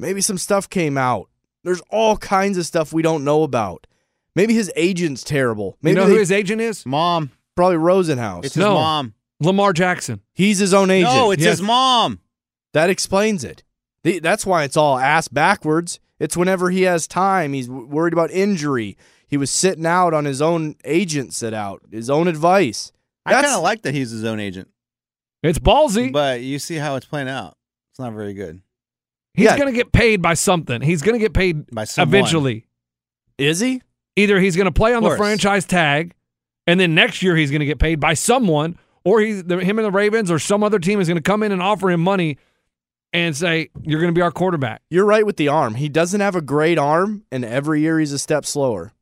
S4: Maybe some stuff came out. There's all kinds of stuff we don't know about. Maybe his agent's terrible.
S2: you
S4: Maybe
S2: know
S4: they,
S2: who his agent is?
S3: Mom.
S4: probably Rosenhaus.
S3: It's
S2: No.
S3: his mom.
S2: Lamar Jackson.
S4: He's his own agent.
S3: No, it's
S2: Yes.
S3: his mom.
S4: that explains it. The- that's why it's all ass backwards. It's whenever he has time. He's w- worried about injury. He was sitting out on his own agent sit out, his own advice.
S3: I
S4: That's-
S3: kind of like that he's his own agent,
S2: It's ballsy.
S3: but you see how it's playing out. It's not very good.
S2: He's
S4: Yeah.
S2: going to get paid by something. He's going to get paid
S3: By someone.
S2: eventually.
S4: Is he?
S2: either he's going to play on
S3: Of
S2: the
S3: course.
S2: franchise tag, and then next year he's going to get paid by someone, or he's the, him and the Ravens or some other team is going to come in and offer him money and say you're going to be our quarterback.
S4: You're right with the arm. He doesn't have a great arm, and every year he's a step slower.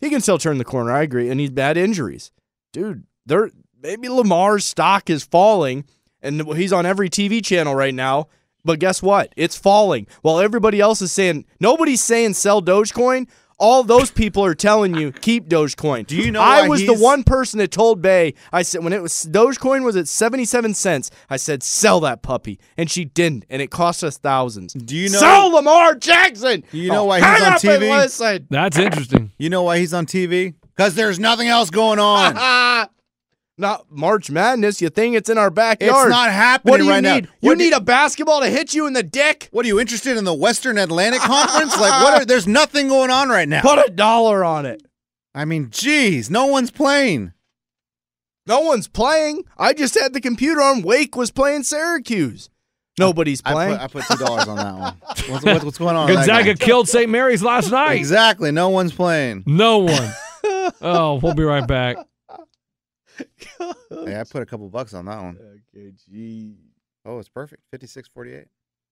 S4: He can still turn the corner. I agree, and he's bad injuries, dude. There maybe Lamar's stock is falling, and he's on every TV channel right now. But guess what? It's falling. While everybody else is saying nobody's saying sell Dogecoin. All those people are telling you keep Dogecoin.
S3: Do you know
S4: I
S3: why
S4: was the
S3: he's-
S4: one person that told Bay. I said when it was Dogecoin was at seventy seven cents. I said sell that puppy, and she didn't, and it cost us thousands.
S3: Do you know?
S4: Sell Lamar Jackson. Oh,
S3: Do you know why he's
S4: hang
S3: on
S4: up and
S3: TV?
S4: listen.
S2: That's interesting.
S3: You know why he's on TV? Because there's nothing else going on.
S4: Not March Madness. You think it's in our backyard?
S3: not happening
S4: What do you
S3: right now.
S4: need? You
S3: What do-
S4: need a basketball to hit you in the dick?
S3: What are you interested in the Western Atlantic Conference? like, what? Are, there's nothing going on right now.
S4: Put a dollar on it.
S3: I mean, geez, no one's playing.
S4: No one's playing. I just had the computer on. Wake was playing Syracuse. Nobody's
S3: I
S4: playing.
S3: put, I put two dollars on that one. What's, what's, what's going on? with that
S2: Gonzaga
S3: guy?
S2: killed St. Mary's last night.
S3: Exactly. No one's playing.
S2: No one. oh, we'll be right back.
S3: Hey, I put a couple bucks on that one. Okay, gee. Oh, it's perfect. Fifty-six forty-eight.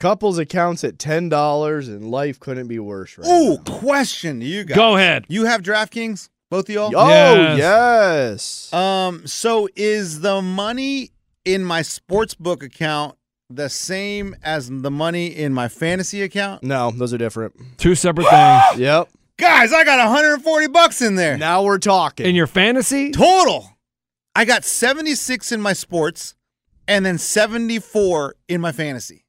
S4: Couples accounts at ten dollars, and life couldn't be worse right
S3: Ooh,
S4: now.
S3: question to you guys.
S2: Go ahead.
S3: You have DraftKings, both of y'all.
S4: Oh
S2: Yes.
S4: yes.
S3: Um, so is the money in my sportsbook account the same as the money in my fantasy account?
S4: no, those are different.
S2: Two separate things.
S4: Yep.
S3: Guys, I got 140 bucks in there.
S4: Now we're talking.
S2: In your fantasy,
S3: Total. I got 76 in my sports and then 74 in my fantasy.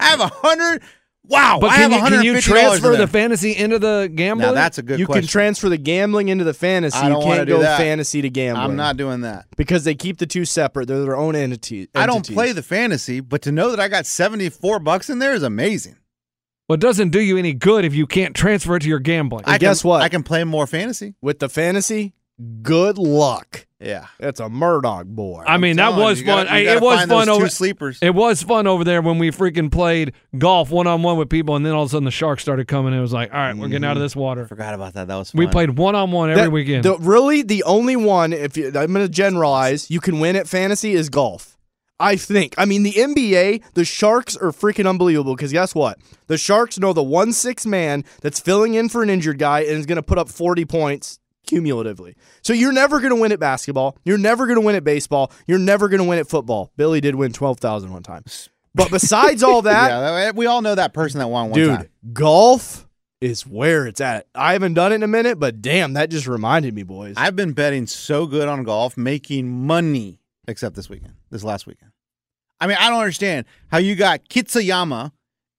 S3: I have 100 Wow,
S2: but
S3: I
S2: can
S3: have
S2: you, can you
S3: $150 in
S2: transfer the
S3: there.
S2: fantasy into the gambling?
S3: Now that's a good
S4: you
S3: question.
S4: can transfer the gambling into the fantasy.
S3: I don't
S4: you
S3: wanna
S4: can't
S3: do
S4: go
S3: that.
S4: fantasy to gambling.
S3: I'm not doing that.
S4: because they keep the two separate. They're their own entity.
S3: I don't
S4: entities.
S3: play the fantasy, but to know that I got 74 bucks in there is amazing.
S2: Well, it doesn't do you any good if you can't transfer it to your gambling.
S3: I
S4: guess
S3: can,
S4: what?
S3: I can play more fantasy.
S4: with the fantasy. Good luck.
S3: Yeah.
S4: That's a Murdoch boy.
S2: I mean,
S3: I'm
S2: that
S3: telling
S2: was
S3: you, you
S2: fun.
S3: gotta- you
S2: Hey,
S3: gotta
S2: it was
S3: find
S2: fun
S3: those two
S2: over
S3: sleepers.
S2: It was fun over there when we freaking played golf one on one with people, and then all of a sudden the sharks started coming. And it was like, all right, we're getting out of this water.
S3: Mm-hmm. Forgot about that. That was
S2: We played one on one every
S4: That-
S2: weekend.
S4: The, really, the only one, if you, I'm going to generalize, you can win at fantasy is golf. I think. I mean, the NBA, the Sharks are freaking unbelievable because guess what? The Sharks know the one six man that's filling in for an injured guy and is going to put up 40 points cumulatively. So you're never going to win at basketball. You're never going to win at baseball. You're never going to win at football. Billy did win 12,000 one time. But besides all that,
S3: yeah, that- we all know that person that won one
S4: Dude,
S3: time.
S4: golf is where it's at. I haven't done it in a minute, but damn, that just reminded me, boys.
S3: I've been betting so good on golf, making money, except this weekend, this last weekend. I mean, I don't understand how you got Kitsayama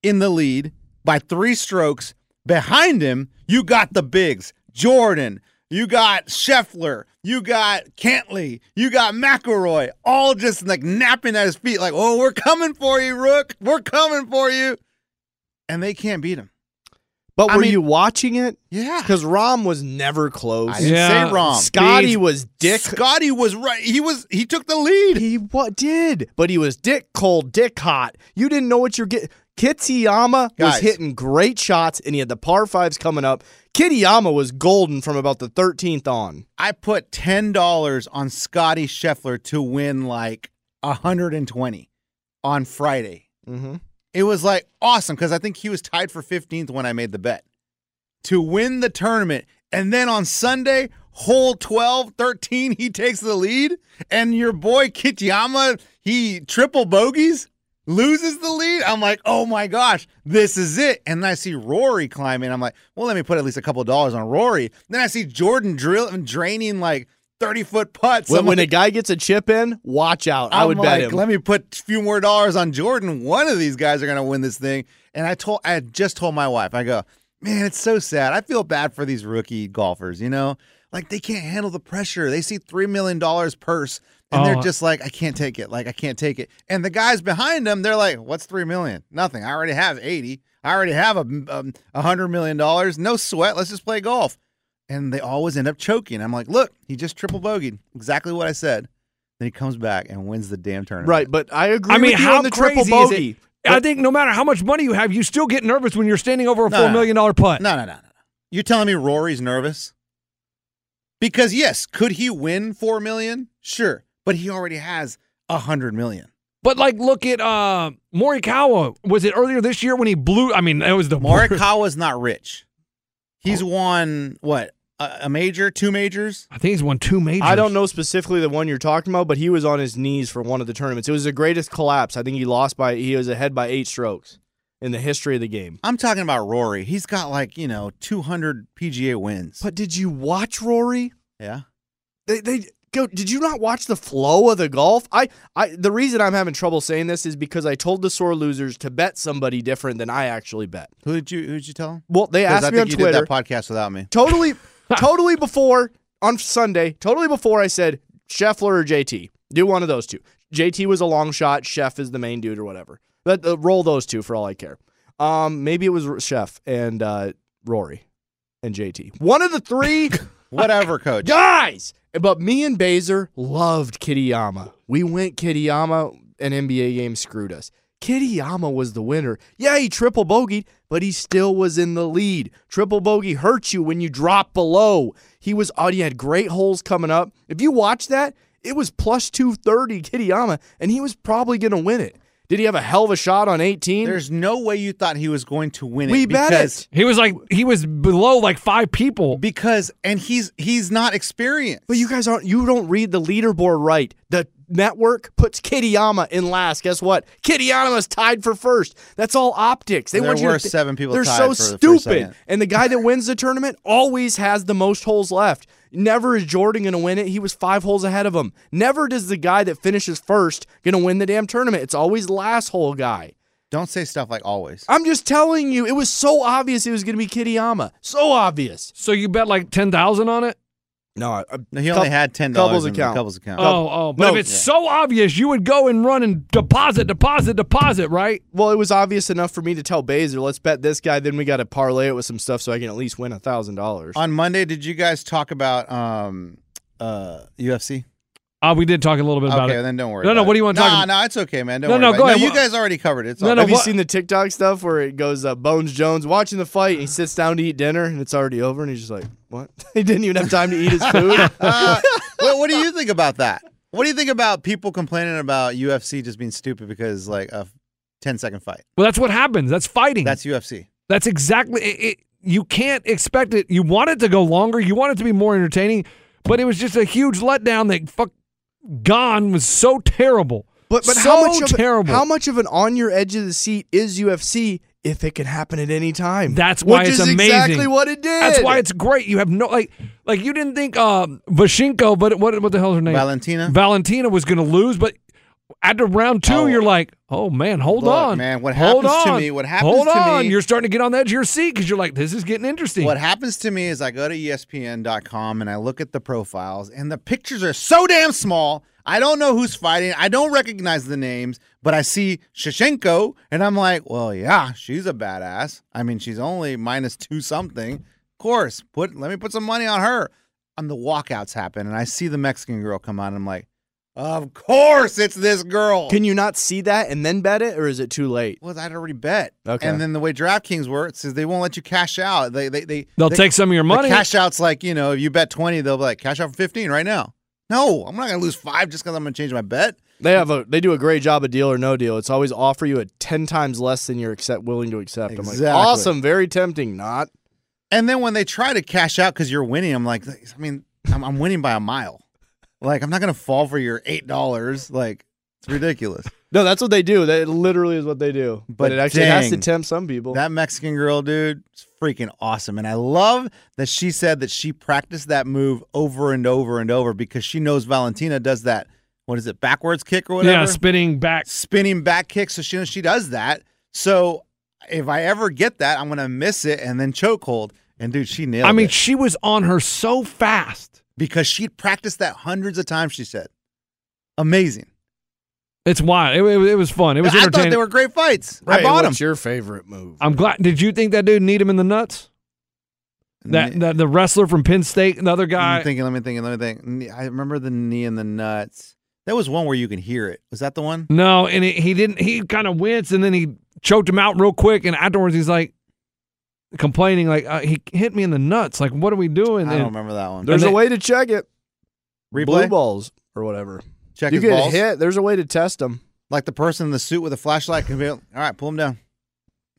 S3: in the lead by three strokes. Behind him, you got the bigs, Jordan. You got Scheffler. You got Cantley. You got McElroy. All just like napping at his feet, like, "Oh, we're coming for you, Rook. We're coming for you," and they can't beat him.
S4: but were
S3: I mean-
S4: you watching it?
S3: Yeah,
S4: Because Rom was never close.
S3: I didn't
S2: Yeah.
S3: say wrong.
S4: Scotty
S2: Speed.
S4: was dick.
S3: Scotty was right. He was. He took the lead.
S4: He what did? But he was dick cold, dick hot. You didn't know what you're getting. Kitayama was
S3: Guys.
S4: hitting great shots, and he had the par fives coming up. Kitayama was golden from about the 13th on.
S3: I put ten dollars on Scotty Scheffler to win like hundred and twenty on Friday.
S4: Mm-hmm.
S3: It was like awesome because I think he was tied for fifteenth when I made the bet to win the tournament. And then on Sunday, hole 12, 13, he takes the lead. And your boy Kitayama, he triple bogeys, loses the lead. I'm like, oh my gosh, this is it. And then I see Rory climbing. I'm like, well, let me put at least a couple of dollars on Rory. Then I see Jordan drill draining like 30 foot putts.
S4: When,
S3: I'm
S4: when a
S3: like,
S4: guy gets a chip in, watch out. I
S3: I'm
S4: would
S3: like,
S4: bet him.
S3: Let me put a few more dollars on Jordan. One of these guys are going to win this thing. And I told, I had just told my wife, I go, man, it's so sad. I feel bad for these rookie golfers. You know, like they can't handle the pressure. They see three million dollars purse, and
S2: Oh.
S3: they're just like, I can't take it. Like I can't take it. And the guys behind them, they're like, what's three million? Nothing. I already have eighty. I already have a um, a hundred million dollars. No sweat. Let's just play golf. And they always end up choking. I'm like, look, he just triple bogeyed. Exactly what I said. Then he comes back and wins the damn tournament.
S4: right, but I agree
S2: I mean,
S4: with you
S2: how
S4: on the
S2: crazy
S4: triple bogey.
S2: is it? I think no matter how much money you have, you still get nervous when you're standing over a
S3: No,
S2: four
S3: no.
S2: million dollar putt.
S3: No, no, no, no. no. You're telling me Rory's nervous? Because yes, could he win four million? Sure, but he already has a hundred million.
S2: But like, look at uh, Morikawa. Was it earlier this year when he blew? I mean, it was the
S3: Morikawa's not rich. He's
S4: Oh.
S3: won what a, a major, two majors.
S2: I think he's won two majors.
S4: I don't know specifically the one you're talking about, but he was on his knees for one of the tournaments. It was the greatest collapse. I think he lost by he was ahead by eight strokes in the history of the game.
S3: I'm talking about Rory. He's got like you know 200 PGA wins.
S4: But did you watch Rory?
S3: yeah,
S4: They they go. Did you not watch the flow of the golf? I I the reason I'm having trouble saying this is because I told the sore losers to bet somebody different than I actually bet.
S3: who did you who did you tell him?
S4: Well, they
S3: 'Cause
S4: asked
S3: I
S4: me
S3: think
S4: on
S3: you
S4: Twitter.
S3: did that podcast without me.
S4: totally, totally before on Sunday, totally before I said Scheffler or JT. Do one of those two. JT was a long shot. Chef is the main dude or whatever. Let uh, roll those two for all I care. Um, maybe it was R- Chef and uh, Rory and JT. One of the three
S3: Whatever, coach.
S4: guys. But me and Baser loved Kittyama. We went Kittyama. An NBA game screwed us. Kittyama was the winner. Yeah, he triple bogeyed, but he still was in the lead. Triple bogey hurts you when you drop below. He was. Oh, he had great holes coming up. If you watch that, it was plus two thirty Kittyama, and he was probably going to win it. Did he have a hell of a shot on eighteen?
S3: There's no way you thought he was going to win it.
S4: we bet
S3: because
S4: it.
S2: He was like he was below like five people.
S3: because and he's he's not experienced.
S4: But you guys aren't. You don't read the leaderboard right. The network puts Kittyama in last. Guess what? Kittyama's tied for first. That's all optics. They
S3: There
S4: want you.
S3: were
S4: to thi-
S3: seven people
S4: They're
S3: tied
S4: so
S3: for- for
S4: stupid.
S3: second.
S4: and the guy that wins the tournament always has the most holes left. Never is Jordan going to win it. He was five holes ahead of him. Never does the guy that finishes first going to win the damn tournament. It's always last hole guy.
S3: Don't say stuff like always.
S4: I'm just telling you, it was so obvious it was going to be Kittyama. So obvious.
S2: So you bet like ten thousand on it.
S4: No, I, I-
S3: No, he
S4: Cou-
S3: only had ten dollars
S4: couples
S3: in
S4: account.
S3: the couples account.
S2: Oh, oh! But
S4: No.
S2: if it's so obvious, you would go and run and deposit, deposit, deposit, right?
S4: Well, it was obvious enough for me to tell Baser, let's bet this guy. Then we got to parlay it with some stuff so I can at least win a thousand dollars.
S3: On Monday, did you guys talk about um uh UFC?
S2: Uh, we did talk a little bit about
S3: okay,
S2: it.
S3: then don't worry.
S2: No, no,
S3: about
S2: what
S3: it.
S2: do you wanna
S3: nah,
S2: talk about?
S3: No, it's okay, man. Don't
S2: No,
S3: worry
S2: no,
S3: about
S2: go
S3: it.
S2: ahead.
S3: No,
S2: Wha-
S3: you guys already covered it. It's
S2: No,
S3: all
S2: no,
S4: Have you
S2: what-
S4: seen the TikTok stuff where it goes uh, Bones Jones watching the fight? He sits down to eat dinner and it's already over, and he's just like, "What?" he didn't even have time to eat his food.
S3: Uh, what, what do you think about that? What do you think about people complaining about UFC just being stupid because like a 10 second fight?
S2: Well, that's what happens. That's fighting.
S3: That's UFC.
S2: That's exactly it, it. You can't expect it. You want it to go longer. You want it to be more entertaining. But it was just a huge letdown that fuck gone was so terrible.
S4: But but
S2: so
S4: how much of a-
S2: terrible.
S4: how much of an on your edge of the seat is UFC if it can happen at any time?
S2: That's why
S4: Which
S2: it's
S4: is
S2: amazing.
S4: Exactly what it did.
S2: That's why it's great. You have no like like you didn't think um Vashenko, but what what the hell's her name?
S3: Valentina?
S2: Valentina was going to lose, but after round 2
S3: Oh.
S2: you're like, "Oh man, hold
S3: Look,
S2: on,
S3: man, what
S2: hold
S3: happens to
S2: on.
S3: me- what happens
S2: hold
S3: to
S2: on."
S3: me-
S2: You're starting to get on the edge of your seat because you're like, "This is getting interesting."
S3: What happens to me is I go to E ESPN.com and I look at the profiles, and the pictures are so damn small. I don't know who's fighting. I don't recognize the names, but I see Shashenko, and I'm like, well, yeah, she's a badass. I mean, she's only minus two something. Of course, put let me put some money on her. And the walkouts happen, and I see the Mexican girl come out, and I'm like, of course it's this girl.
S4: Can you not see that and then bet it, or is it too late?
S3: was I'd already bet.
S4: Okay.
S3: And then the way DraftKings works is they won't let you cash out. They they they
S2: They'll
S3: they-
S2: take some of your
S3: the
S2: money.
S3: cash out's like you know if you bet twenty, they'll be like cash out for fifteen right now. No, I'm not gonna lose five just because I'm gonna change my bet.
S4: They have a they do a great job of deal or no deal. It's always offer you at ten times less than you're accept willing to accept. I'm
S3: Exactly.
S4: like awesome, very tempting. Not
S3: And then when they try to cash out because you're winning, I'm like, I mean, I'm, I'm winning by a mile. Like I'm not gonna fall for your eight dollars. Like It's ridiculous.
S4: No, that's what they do. That literally is what they do. But,
S3: But
S4: it actually has to
S3: dang.
S4: tempt some people.
S3: That Mexican girl, dude, is freaking awesome. And I love that she said that she practiced that move over and over and over because she knows Valentina does that. What is it? Backwards kick or whatever?
S2: Yeah, spinning back.
S3: spinning back kick. So she knows she does that. So if I ever get that, I'm gonna miss it and then chokehold. And dude, she nailed.
S2: I mean,
S3: it.
S2: she was on her so fast.
S3: because she'd practiced that hundreds of times. She said, "Amazing."
S2: It's wild. It, it- it was fun. It was
S3: I
S2: entertaining.
S3: thought they were great fights. I
S9: Ray,
S3: bought them.
S9: what's your favorite move?
S2: I'm glad. Did you think that dude need him in the nuts? That, that the wrestler from Penn State, another guy.
S3: I'm thinking. Let me think. Let me think. Knee- I remember the knee and the nuts. That was one where you can hear it. Was that the one?
S2: no, and it, he didn't. He kind of winced, and then he choked him out real quick. And afterwards, he's like complaining, like uh, he hit me in the nuts. Like, what are we doing?
S3: I
S2: And-
S3: don't remember that one.
S4: There's
S2: And
S4: a
S2: they-
S4: way to check it. Blue
S3: Replay.
S4: balls or whatever.
S3: Check
S4: you
S3: his
S4: get
S3: balls.
S4: hit. There's a way to test them.
S3: Like the person in the suit with a flashlight can be. All right, pull him down.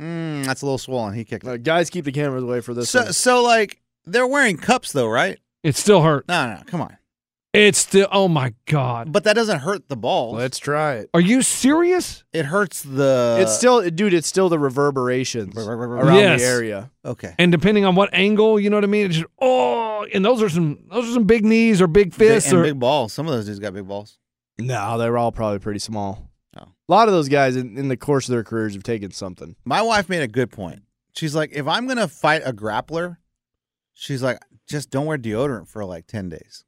S3: Mm, that's a little swollen. He kicked. it.
S4: Uh, guys, keep the cameras away for this.
S3: So,
S4: one.
S3: so like they're wearing cups though, right?
S2: It still hurt.
S3: No, no, no, come on.
S2: It's still. Oh my god.
S3: But that doesn't hurt the balls.
S9: Let's try it.
S2: Are you serious?
S3: it hurts the.
S4: it's still, dude. It's still the reverberations
S3: Brr, brr, brr, brr.
S4: around
S2: Yes.
S4: the area.
S3: okay.
S2: And depending on what angle, you know what I mean. It's just oh, and those are some those are some big knees or big fists
S3: Big- and
S2: or
S3: big balls. Some of those dudes got big balls.
S4: No, they were all probably pretty small.
S3: Oh.
S4: A lot of those guys in, in the course of their careers have taken something.
S3: My wife made a good point. She's like, if I'm gonna fight a grappler, she's like, just don't wear deodorant for like ten days.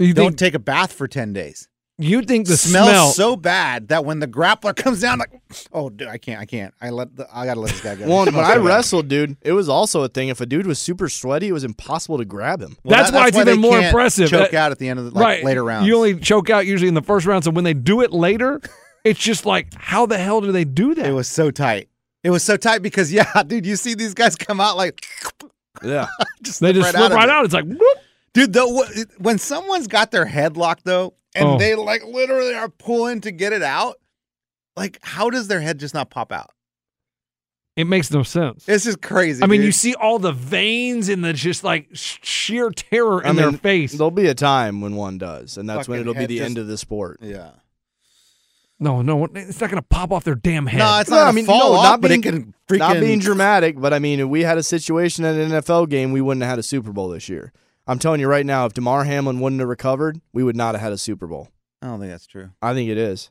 S2: you
S3: don't
S2: think
S3: take a bath for ten days.
S2: you think the
S3: smells
S2: smell
S3: so bad that when the grappler comes down, like, oh, dude, I can't, I can't. I let, the, I gotta let this guy go.
S4: Well,
S3: It
S4: when
S3: smells
S4: I
S3: so bad.
S4: wrestled, dude, it was also a thing. If a dude was super sweaty, it was impossible to grab him.
S3: Well,
S2: That's why it's
S3: they
S2: even more
S3: can't
S2: impressive.
S3: Choke
S2: That-
S3: out at the end of the like,
S2: right
S3: later rounds.
S2: You only choke out usually in the first round. So when they do it later, it's just like how the hell do they do that?
S3: It was so tight. It was so tight because yeah, dude, you see these guys come out like
S4: Yeah.
S3: just
S2: they just slip
S3: of
S2: right
S3: it.
S2: out. It's like whoop.
S3: Dude, though wh- when someone's got their head locked though and
S2: Oh.
S3: they like literally are pulling to get it out, like how does their head just not pop out?
S2: It makes no sense.
S3: It's just crazy.
S2: I mean, you
S3: dude.
S2: see all the veins and the just like sh- sheer terror in
S4: I
S2: their
S4: mean,
S2: face.
S4: There'll be a time when one does, and that's when
S3: Fucking
S4: it'll be
S3: head
S4: the
S3: just-
S4: end of the sport.
S3: Yeah.
S2: No, no, it's not going to pop off their damn head.
S3: No, it's not I mean, fall off, but it can freaking
S4: not being dramatic, but I mean, if we had a situation at an NFL game, we wouldn't have had a Super Bowl this year. I'm telling you right now, if Damar Hamlin wouldn't have recovered, we would not have had a Super Bowl.
S3: I don't think that's true.
S4: I think it is.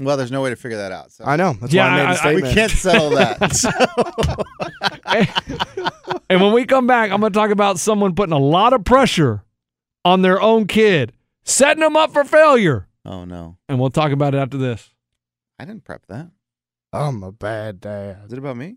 S3: Well, there's no way to figure that out. So
S4: I know. That's
S2: Yeah,
S4: why I made
S2: I-
S4: the
S2: I-
S3: we
S4: statement.
S3: can't settle that. So-
S2: and when we come back, I'm going to talk about someone putting a lot of pressure on their own kid, setting them up for failure.
S3: oh no.
S2: And we'll talk about it after this.
S3: I didn't prep that.
S9: I'm a bad dad.
S3: Is it about me?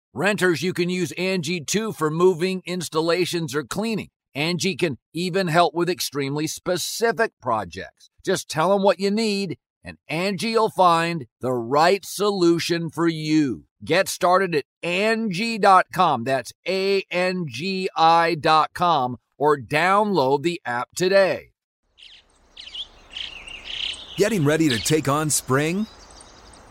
S10: Renters, you can use Angie too for moving, installations, or cleaning. Angie can even help with extremely specific projects. Just tell them what you need and Angie will find the right solution for you. Get started at Angie.com. That's A-N-G-I dot com or download the app today.
S8: Getting ready to take on spring?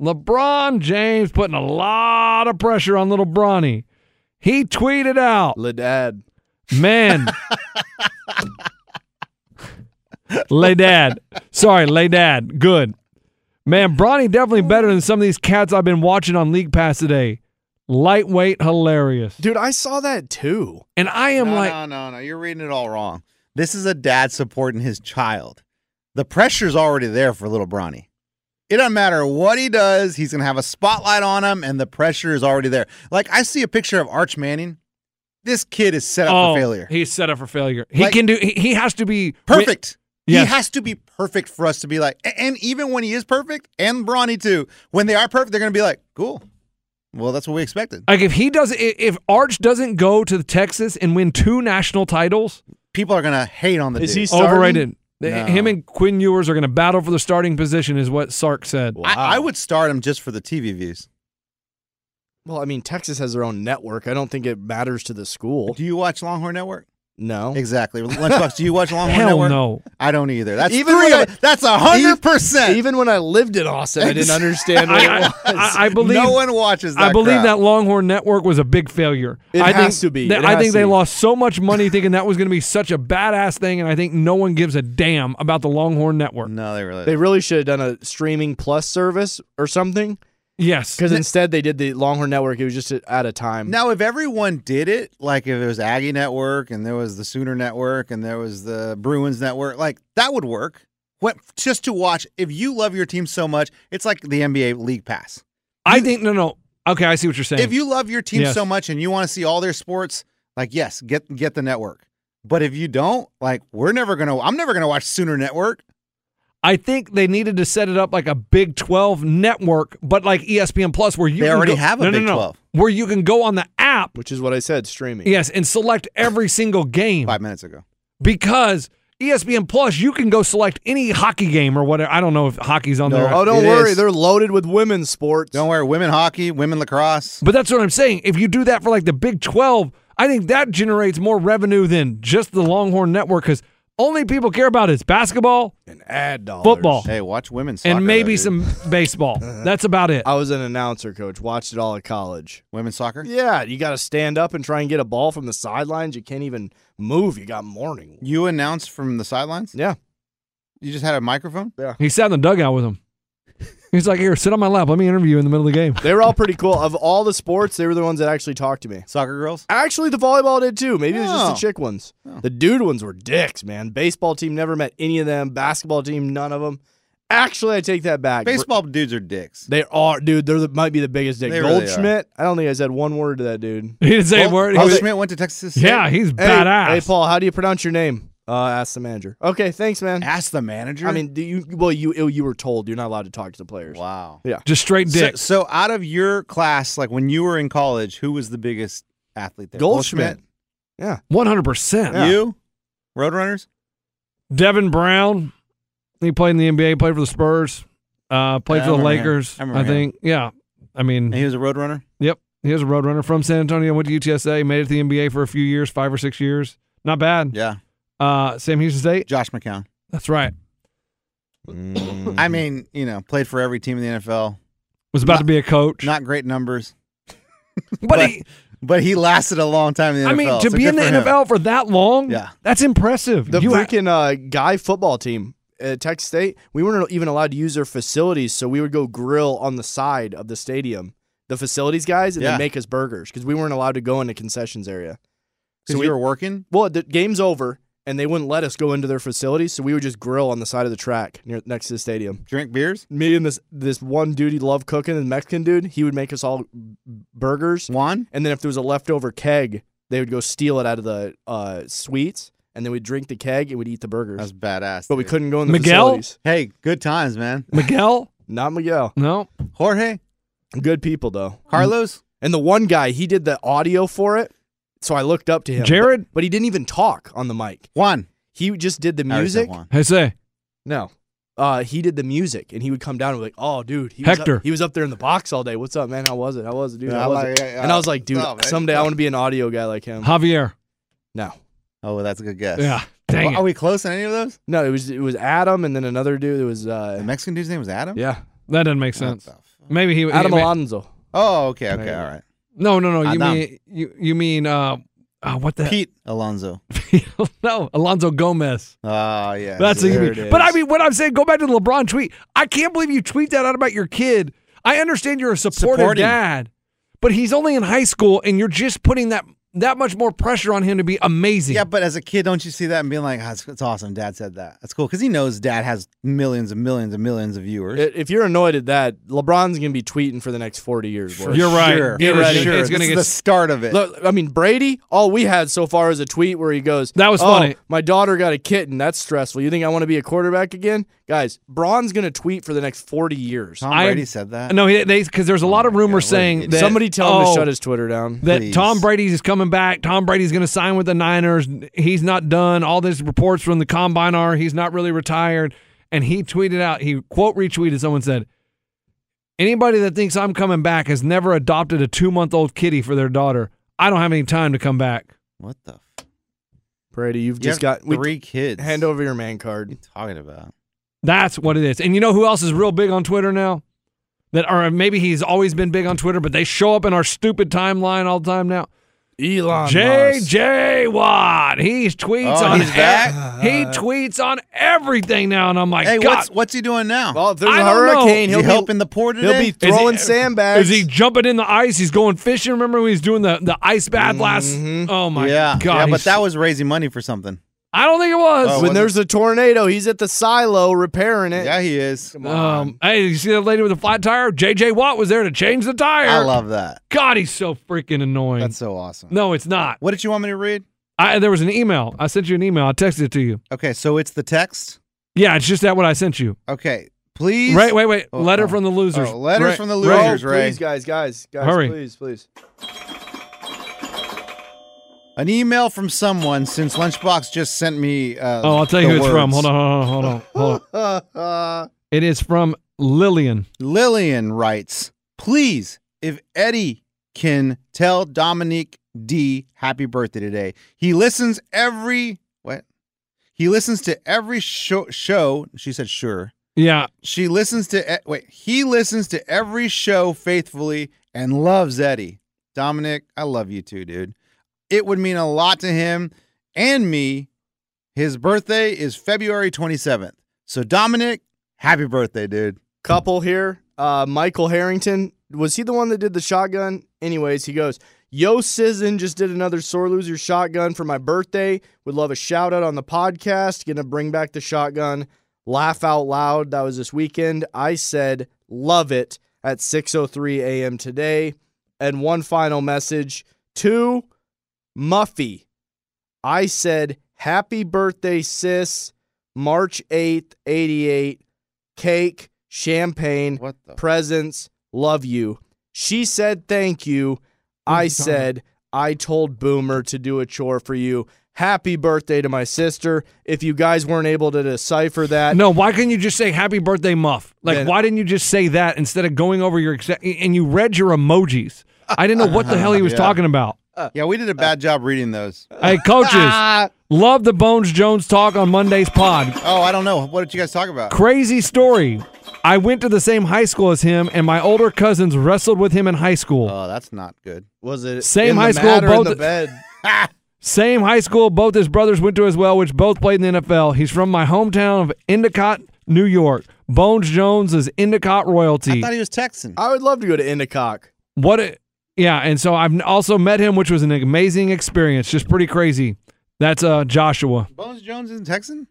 S2: LeBron James putting a lot of pressure on little Bronny. He tweeted out,
S4: Ledad.
S2: man. Lay dad. Sorry, lay dad. Good. Man, Bronny definitely better than some of these cats I've been watching on League Pass today. Lightweight, hilarious.
S4: Dude, I saw that too.
S2: And I am
S3: no,
S2: like,
S3: no, no, no. You're reading it all wrong. This is a dad supporting his child. The pressure's already there for little Bronny. It doesn't matter what he does, he's gonna have a spotlight on him, and the pressure is already there. Like I see a picture of Arch Manning. This kid is set up
S2: oh,
S3: for failure.
S2: he's set up for failure. He
S3: Like-
S2: can do. He, he has to be
S3: Perfect.
S2: Yes.
S3: He has to be perfect for us to be like, a- and even when he is perfect, and Bronny too, when they are perfect, they're gonna be like, cool. Well, that's what we expected.
S2: Like if he doesn't, i- if Arch doesn't go to Texas and win two national titles,
S3: People are gonna hate on the
S4: Is
S3: dude.
S4: he Starting?
S2: overrated. They-
S3: No.
S2: Him and Quinn Ewers are going to battle for the starting position, is what Sark said.
S3: I, I would start him just for the TV views.
S4: Well, I mean, Texas has their own network. I don't think it matters to the school.
S3: Do you watch Longhorn Network?
S4: No.
S3: Exactly. Lunchbox, do you watch Longhorn
S2: Hell
S3: Network?
S2: no.
S3: I don't either. That's
S4: Even
S3: three
S4: when
S3: of-
S4: I-
S3: that's a hundred percent.
S4: Even when I lived in Austin, I didn't understand what it
S2: I,
S4: was.
S2: I- I- I believe
S3: no one watches that.
S2: I believe
S3: crap.
S2: that Longhorn Network was a big failure.
S4: It
S2: I think
S4: has to be.
S2: that-
S4: It
S2: I
S4: has
S2: think
S4: to
S2: they
S4: be.
S2: lost so much money thinking that was going to be such a badass thing, and I think no one gives a damn about the Longhorn Network.
S3: No, they really.
S4: They really should have done a streaming plus service or something.
S2: Yes,
S4: Because instead they did the Longhorn Network. It was just at a time.
S3: now, if everyone did it, like if it was Aggie Network and there was the Sooner Network and there was the Bruins Network, like that would work. What just to watch? If you love your team so much, it's like the NBA League Pass.
S2: I think no, no. Okay, I see what you're saying.
S3: If you love your team
S2: Yes.
S3: so much and you want to see all their sports, like yes, get get the network. But if you don't, like we're never gonna. I'm never gonna watch Sooner Network.
S2: I think they needed to set it up like a Big 12 network, but like E ESPN Plus, where you
S3: They
S2: can
S3: already
S2: go-
S3: have a
S2: no, no,
S3: Big
S2: no.
S3: 12.
S2: where you can go on the app,
S4: Which is what I said, streaming.
S2: yes, and select every single game
S3: Five minutes ago.
S2: because. E ESPN Plus, you can go select any hockey game or whatever. I don't know if hockey's on
S3: No,
S2: there.
S4: Oh, don't
S3: It
S4: worry.
S3: is.
S4: They're loaded with women's sports.
S3: Don't worry. Women hockey, women lacrosse.
S2: But that's what I'm saying. If you do that for like the Big 12, I think that generates more revenue than just the Longhorn Network because only people care about is basketball
S4: An ad dollars.
S2: Football.
S3: Hey, watch women's soccer.
S2: and
S3: though,
S2: maybe
S3: dude. Uh-huh. Uh,
S2: some baseball. That's about it.
S4: I was an announcer coach. Watched it all at college.
S3: women's soccer.
S4: Yeah, you got to stand up and try and get a ball from the sidelines. You can't even move. You got morning.
S3: You announced from the sidelines.
S4: Yeah.
S3: You just had a microphone.
S2: He sat in the dugout with him. He's like, here, sit on my lap. Let me interview you in the middle of the game.
S4: They were all pretty cool. Of all the sports, they were the ones that actually talked to me.
S3: Soccer girls.
S4: Actually, the volleyball did too. Maybe it was just
S3: Oh.
S4: the chick ones. The dude ones were dicks, man. Baseball team never met any of them. Basketball team, none of them. Actually, I take that back.
S3: Baseball dudes are dicks.
S4: They are, dude. They're the, might be the biggest dick.
S3: They really
S4: Goldschmidt. I don't think I said one word to that dude.
S2: He didn't say a word. He
S3: Oh,
S2: was-
S3: Schmidt went to Texas. State?
S2: yeah, he's
S4: Hey,
S2: badass.
S4: Hey, Paul, how do you pronounce your name? Uh, ask the manager. Okay, thanks, man.
S3: Ask the manager.
S4: I mean, do you well, you you were told you're not allowed to talk to the players.
S3: wow.
S2: Just straight
S3: So,
S2: dick.
S3: so out of your class, like when you were in college, who was the biggest athlete there?
S4: Goldschmidt.
S3: Goldschmidt?
S2: 100%.
S3: You, Roadrunners.
S2: Devin Brown, he played in the NBA, played for the Spurs, uh, played
S3: Yeah, I
S2: for the
S3: remember him.
S2: Lakers,
S3: I
S2: I,
S3: remember him.
S2: think. Yeah. I mean,
S3: And he was a Roadrunner.
S2: Yep. He was a roadrunner from San Antonio, went to UTSA, made it to the NBA for a few years, five or six years. Not bad.
S3: Yeah.
S2: Uh, Sam Houston State.
S3: Josh McCown.
S2: That's right.
S3: I mean, you know, played for every team in the NFL.
S2: Was about to be a coach.
S3: Not great numbers,
S2: but
S3: but-
S2: he,
S3: but he lasted a long time in the NFL.
S2: I mean, to
S3: so
S2: be
S3: good
S2: in the
S3: for him.
S2: NFL for that long,
S3: Yeah.
S2: that's impressive.
S4: The
S2: You ha-
S4: freaking uh, guy football team at Texas State, we weren't even allowed to use their facilities, so we would go grill on the side of the stadium. The facilities guys, and
S3: Yeah.
S4: they make us burgers because we weren't allowed to go into concessions area.
S3: because
S4: we-
S3: we were working.
S4: Well, the game's over, and they wouldn't let us go into their facilities, so we would just grill on the side of the track near next to the stadium.
S3: Drink beers,
S4: Me and this this one dude, he loved cooking, the Mexican dude, he would make us all b- burgers,
S3: Juan.
S4: and then if there was a leftover keg, they would go steal it out of the uh, suites, and then we'd drink the keg and we'd eat the burgers.
S3: That's badass.
S4: but we
S3: dude.
S4: couldn't go in the
S2: Miguel?
S4: facilities.
S3: Hey, good times, man.
S2: Miguel?
S4: Not Miguel.
S2: No.
S3: Jorge,
S4: Good people though.
S3: Carlos?
S4: And the one guy, he did the audio for it. So I looked up to him.
S2: Jared?
S4: But, but he didn't even talk on the mic.
S3: Juan.
S4: He just did the
S3: I already said
S4: music.
S3: Juan.
S2: I say,
S4: No. Uh, he did the music and he would come down and be like, Oh dude, he was up-
S2: Hector.
S4: he was up there in the box all day. What's up, man? How was it? How was it, dude?
S9: Yeah,
S4: How
S9: I
S4: was
S9: like-
S4: it?
S9: yeah, yeah.
S4: and I was like, dude,
S9: No, man.
S4: someday I want to be an audio guy like him.
S2: Javier.
S4: No.
S3: Oh, that's a good guess.
S2: Yeah. Dang
S3: Are
S2: it.
S3: we close on any of those?
S4: No, it was it was Adam and then another dude. It was
S3: The
S4: uh,
S3: Mexican dude's name was Adam?
S4: yeah,
S2: That doesn't make
S3: What
S2: sense.
S3: the fuck?
S2: Maybe he.
S4: Adam
S2: he, may-
S4: Alonso.
S3: Oh, okay, okay,
S4: Maybe.
S3: all right.
S2: No, no, no. You
S3: Adam.
S2: mean you you mean uh, uh what the
S3: Pete Alonso.
S2: no Alonso Gomez.
S3: Oh, yeah.
S2: That's a,
S3: there
S2: you
S3: it
S2: mean. But I
S3: is.
S2: mean, what I'm saying, go back to the LeBron tweet. I can't believe you tweet that out about your kid. I understand you're a supportive
S3: Supporting.
S2: dad, but he's only in high school, and you're just putting that that much more pressure on him to be amazing.
S3: Yeah, but as a kid, don't you see that and being like, oh, that's, that's awesome. Dad said that. That's cool. Because he knows dad has millions and millions and millions of viewers.
S4: I- If you're annoyed at that, LeBron's gonna be tweeting for the next forty years. worth.
S2: You're right.
S3: Sure.
S2: Get
S3: for
S2: ready.
S3: Sure.
S2: It's gonna
S3: This
S2: get
S3: is the
S2: s-
S3: start of it.
S4: Look, I mean Brady. All we had so far is a tweet where he goes,
S2: That was
S4: "Oh,
S2: funny."
S4: My daughter got a kitten. That's stressful. You think I want to be a quarterback again, guys? Bron's gonna tweet for the next forty years.
S3: Tom
S2: I-
S3: Brady said that.
S2: No, he- they because there's a lot of
S3: Oh my God,
S2: rumors
S3: what an
S2: saying
S3: idiot.
S2: that
S4: Somebody tell him
S2: oh,
S4: to shut his Twitter down.
S2: that
S3: Please.
S2: Tom Brady's is coming back. Tom Brady's going to sign with the Niners. He's not done. All these reports from the combine are he's not really retired. And he tweeted out, he quote retweeted someone said, Anybody that thinks I'm coming back has never adopted a two month old kitty for their daughter. I don't have any time to come back.
S3: What the? F-
S4: Brady, you've
S3: you
S4: just
S3: have
S4: got we-
S3: three kids.
S4: hand over your man
S3: What are
S4: card.
S3: you talking about?
S2: That's what it is. And you know who else is real big on Twitter now? That or maybe he's always been big on Twitter, but they show up in our stupid timeline all the time now.
S4: Elon Musk.
S2: JJ Watt. He's tweets
S3: Oh,
S2: on
S3: he's
S2: e-
S3: back?
S2: He tweets on everything now, and I'm like,
S3: Uh, hey,
S2: God,
S3: what's what's he doing now?
S4: Well, if there's
S2: I
S4: a
S2: don't know.
S4: hurricane,
S3: Is he
S4: he'll
S3: helping
S4: be,
S3: the poor
S4: he'll
S3: today?
S4: be throwing
S2: Is he-
S4: sandbags.
S2: is he jumping in the ice? He's going fishing. Remember when he was doing the, the ice bath last?
S4: Mhm.
S2: Oh my
S3: Mm-hmm. yeah,
S2: God!
S3: yeah, but
S2: he's-
S3: that was raising money for something.
S2: I don't think it was.
S3: Oh,
S4: when there's a tornado, he's at the silo repairing it.
S3: Yeah, he is.
S2: um, hey, you see that lady with the flat tire? JJ Watt was there to change the tire.
S3: I love that.
S2: God, he's so freaking annoying.
S3: That's so awesome.
S2: no, it's not.
S3: What did you want me to read?
S2: I, there was an email. I sent you an email. I texted it to you.
S3: Okay, so it's the text.
S2: Yeah, it's just that what I sent you.
S3: Okay, please.
S2: Right? Wait, wait.
S3: Oh,
S2: letter
S3: oh.
S2: from the losers.
S3: Oh, letters
S2: Right,
S3: from the
S2: right.
S3: losers,
S4: oh,
S3: Ray.
S4: please, guys, guys, guys,
S2: Hurry.
S4: please, please.
S3: An email from someone since Lunchbox just sent me. Uh,
S2: Oh, I'll tell you
S3: the
S2: who it's from.
S3: words.
S2: Hold on, hold on, hold on, hold on. It is from Lillian.
S3: Lillian writes, please, if Eddie can tell Dominique D happy birthday today. He listens every what? He listens to every show. show she said, sure.
S2: Yeah,
S3: She listens to e- wait. He listens to every show faithfully and loves Eddie. Dominic, I love you too, dude. It would mean a lot to him and me. His birthday is February 27th. So Dominic, happy birthday, dude.
S4: Couple here. Uh, Michael Harrington was he the one that did the shotgun? Anyways, he goes. Yo, Sizzin just did another sore loser shotgun for my birthday. Would love a shout out on the podcast. Gonna bring back the shotgun. Laugh out loud. That was this weekend. I said love it at 6:03 a.m. today. And one final message to Muffy. I said happy birthday, sis. March 8th, 88 cake, champagne,
S3: What the
S4: presents, love you. She said thank you. I said I told Boomer to do a chore for you. Happy birthday to my sister. If you guys weren't able to decipher that,
S2: No, why couldn't you just say happy birthday, Muff? Like,
S4: Uh, Then-
S2: why didn't you just say that instead of going over your exact and you read your emojis? I didn't know what the hell he was
S3: Yeah.
S2: talking about.
S3: Yeah, we did a bad job reading those.
S2: Hey, coaches, love the Bones Jones talk on Monday's pod.
S3: Oh, I don't know. What did you guys talk about?
S2: Crazy story. I went to the same high school as him, and my older cousins wrestled with him in high school.
S3: Oh, that's not good.
S4: was it
S2: Same
S4: in the
S2: high school,
S4: mat or in
S2: both-
S4: the bed?
S2: Same high school, both his brothers went to as well, which both played in the NFL. He's from my hometown of Endicott, New York. Bones Jones is Endicott
S3: I
S2: royalty.
S3: thought he was Texan.
S4: I would love to go to Indicock.
S2: what? A, yeah, and so I've also met him, which was an amazing experience. Just pretty crazy. That's uh Joshua.
S3: Bones Jones isn't Texan?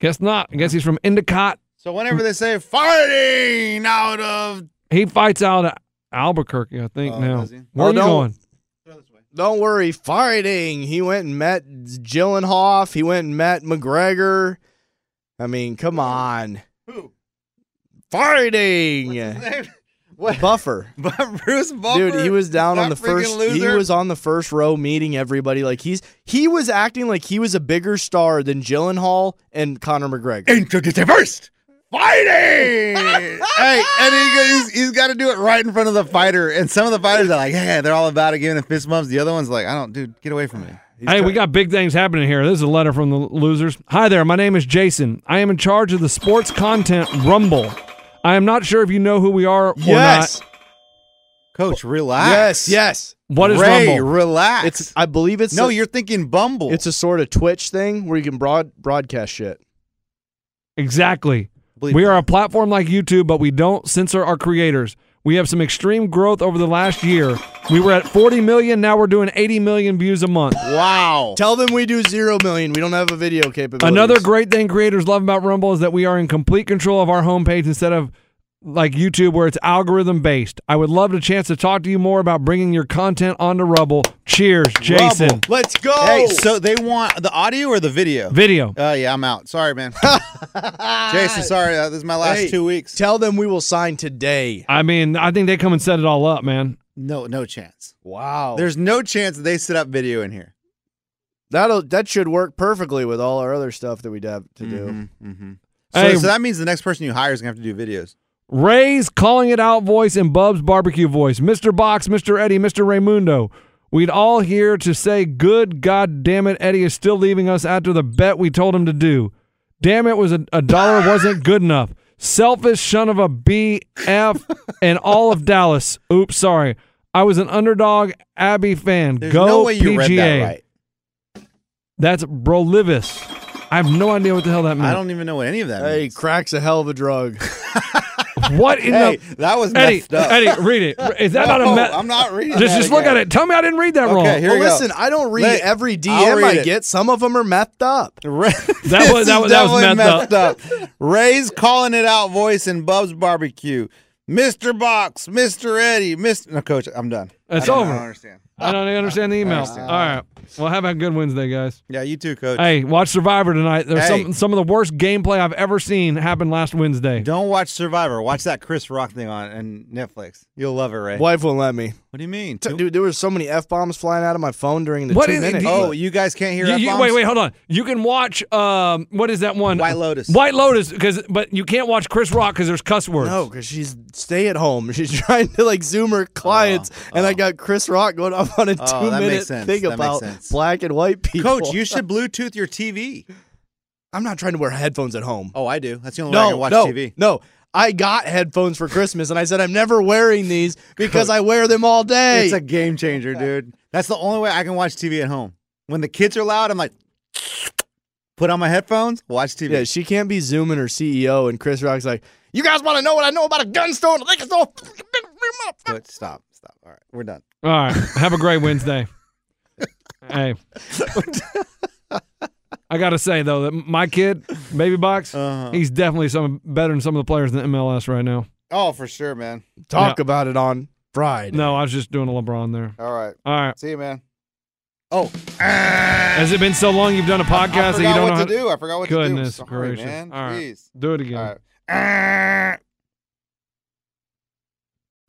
S2: Guess not. I guess he's from Endicott.
S3: So whenever they say farting out of
S2: He fights out of Albuquerque, I think.
S3: Oh,
S2: now,
S3: does he?
S2: where
S4: Oh,
S2: are you
S4: don't-
S2: going?
S4: Don't worry, fighting. He went and met Gyllenhoff. He went and met McGregor. I mean, come on.
S3: who?
S4: Fighting.
S3: What's his name?
S4: Buffer.
S3: Bruce Buffer.
S4: Dude, he was down on
S3: that
S4: the
S3: freaking
S4: first. He
S3: Loser.
S4: was on the first row meeting everybody. Like he's he was acting like he was a bigger star than Gyllenhaal and Conor McGregor.
S3: Introduce it first. Fighting. hey, and he, he's, he's got to do it right in front of the fighter. And some of the fighters are like, yeah, they're all about it, giving the fist bumps. The other one's like, I don't, dude, get away from me.
S2: Hey, we got big things happening here. This is a letter from the losers. Hi there, my name is Jason. I am in charge of the sports content Rumble. I am not sure if you know who we are or
S4: Yes.
S3: Coach, relax.
S4: Yes. Yes.
S2: not. What is
S3: Ray,
S2: Rumble?
S3: relax.
S4: It's I believe it's
S3: no,
S4: a,
S3: you're thinking Bumble.
S4: it's a sort of Twitch thing where you can broad broadcast shit.
S2: Exactly.
S3: Believe
S2: we
S3: that.
S2: are a platform like YouTube, but we don't censor our creators. We have some extreme growth over the last year. We were at 40 million, now we're doing 80 million views a month.
S3: wow.
S4: Tell them we do zero million. We don't have a video capability.
S2: Another great thing creators love about Rumble is that we are in complete control of our homepage instead of like YouTube where it's algorithm based. I would love a chance to talk to you more about bringing your content onto Rumble. Cheers, Jason.
S3: Rumble.
S4: Let's go.
S3: Hey, so they want the audio or the video?
S2: Video.
S3: Oh yeah, I'm out. Sorry, man. Jason, sorry. Uh, this is my last
S4: Hey,
S3: two weeks.
S4: Tell them we will sign today.
S2: I mean, I think they come and set it all up, man.
S3: No, no chance.
S4: Wow.
S3: There's no chance that they set up video in here.
S4: That'll that should work perfectly with all our other stuff that we'd have to do.
S3: Mm-hmm. So,
S2: Hey,
S3: so that means the next person you hire is gonna have to do videos.
S2: Ray's calling it out voice and Bub's barbecue voice. Mr. Box, Mr. Eddie, Mr. Raymundo. We'd all here to say, good God damn it, Eddie is still leaving us after the bet we told him to do. Damn it, was a, a dollar wasn't good enough. Selfish son of a BF and all of Dallas. Oops, sorry. I was an underdog Abby fan.
S3: There's
S2: Go
S3: no way you
S2: PGA.
S3: read that right.
S2: That's Brolivis. I have no idea what the hell that
S3: I
S2: meant.
S3: don't even know what any of that
S4: Hey, crack's a hell of a drug.
S2: What in
S3: means. Hey,
S2: the
S3: that was
S2: Eddie?
S3: messed up.
S2: Eddie, read it. Is that not
S3: No,
S2: a? Me-
S3: I'm not reading.
S2: Just,
S3: that
S2: just look
S3: again.
S2: at it. Tell me I didn't read that
S3: Okay,
S2: wrong.
S3: Here
S4: well,
S3: we go.
S4: listen, I don't read
S3: Let-
S4: every DM
S3: I'll read
S4: I
S3: it.
S4: get. Some of them are methed up.
S3: Ray-
S2: That was-
S3: This
S2: that
S3: is
S2: was- that was
S3: definitely
S2: messed
S3: up. Ray's calling it out voice in Bub's barbecue. Mr. Box, Mr. Eddie, Mr. No, Coach, I'm done.
S2: It's
S3: I don't- I
S2: over.
S3: don't understand.
S2: I don't understand the email. All right. Well, have a good Wednesday, guys.
S3: Yeah, you too, Coach.
S2: Hey, watch Survivor tonight. There's
S3: Hey.
S2: some some of the worst gameplay I've ever seen happen last Wednesday.
S3: Don't watch Survivor. Watch that Chris Rock thing on and Netflix. You'll love it, Ray.
S4: Wife won't let me.
S3: What do you mean?
S4: T- Dude, there were so many f bombs flying out of my phone during the
S2: What
S4: two
S2: is it?
S4: minutes.
S3: oh, you guys can't hear
S2: You- you-
S3: F-bombs?
S2: wait, wait, hold on. You can watch um, what is that one?
S3: White Lotus.
S2: White Lotus, because but you can't watch Chris Rock because there's cuss words.
S4: no, because she's stay at home. She's trying to like Zoom her clients, and I got Chris Rock going off on a two
S3: Oh, that makes
S4: minute
S3: sense.
S4: thing
S3: That makes
S4: about
S3: sense.
S4: black and white people.
S3: Coach, you should Bluetooth your TV.
S4: I'm not trying to wear headphones at home.
S3: Oh, I do. That's the only way I
S4: no,
S3: can watch
S4: no,
S3: TV.
S4: no. I got headphones for Christmas, and I said I'm never wearing these because I wear them all day.
S3: It's a game changer, dude. That's the only way I can watch TV at home. When the kids are loud, I'm like, put on my headphones, watch TV.
S4: Yeah, she can't be zooming her CEO, and Chris Rock's like, "You guys want to know what I know about a gun store? and a liquor store?"
S3: But stop, stop. All right, we're done.
S2: All right. Have a great Wednesday. hey. I gotta say though that my kid, Baby Box,
S3: Uh-huh.
S2: he's definitely some better than some of the players in the MLS right now.
S3: Oh, for sure, man.
S4: Talk about it on Friday.
S2: No, I was just doing a LeBron there.
S3: All right.
S2: All right.
S3: See you, man. Oh,
S2: Has it been so long you've done a
S3: I forgot
S2: podcast that you don't
S3: what
S2: know
S3: to
S2: how
S3: do. I forgot what
S2: Goodness
S3: to do. Sorry,
S2: gracious.
S3: man.
S2: All right.
S3: Jeez.
S2: do it again?
S3: All right.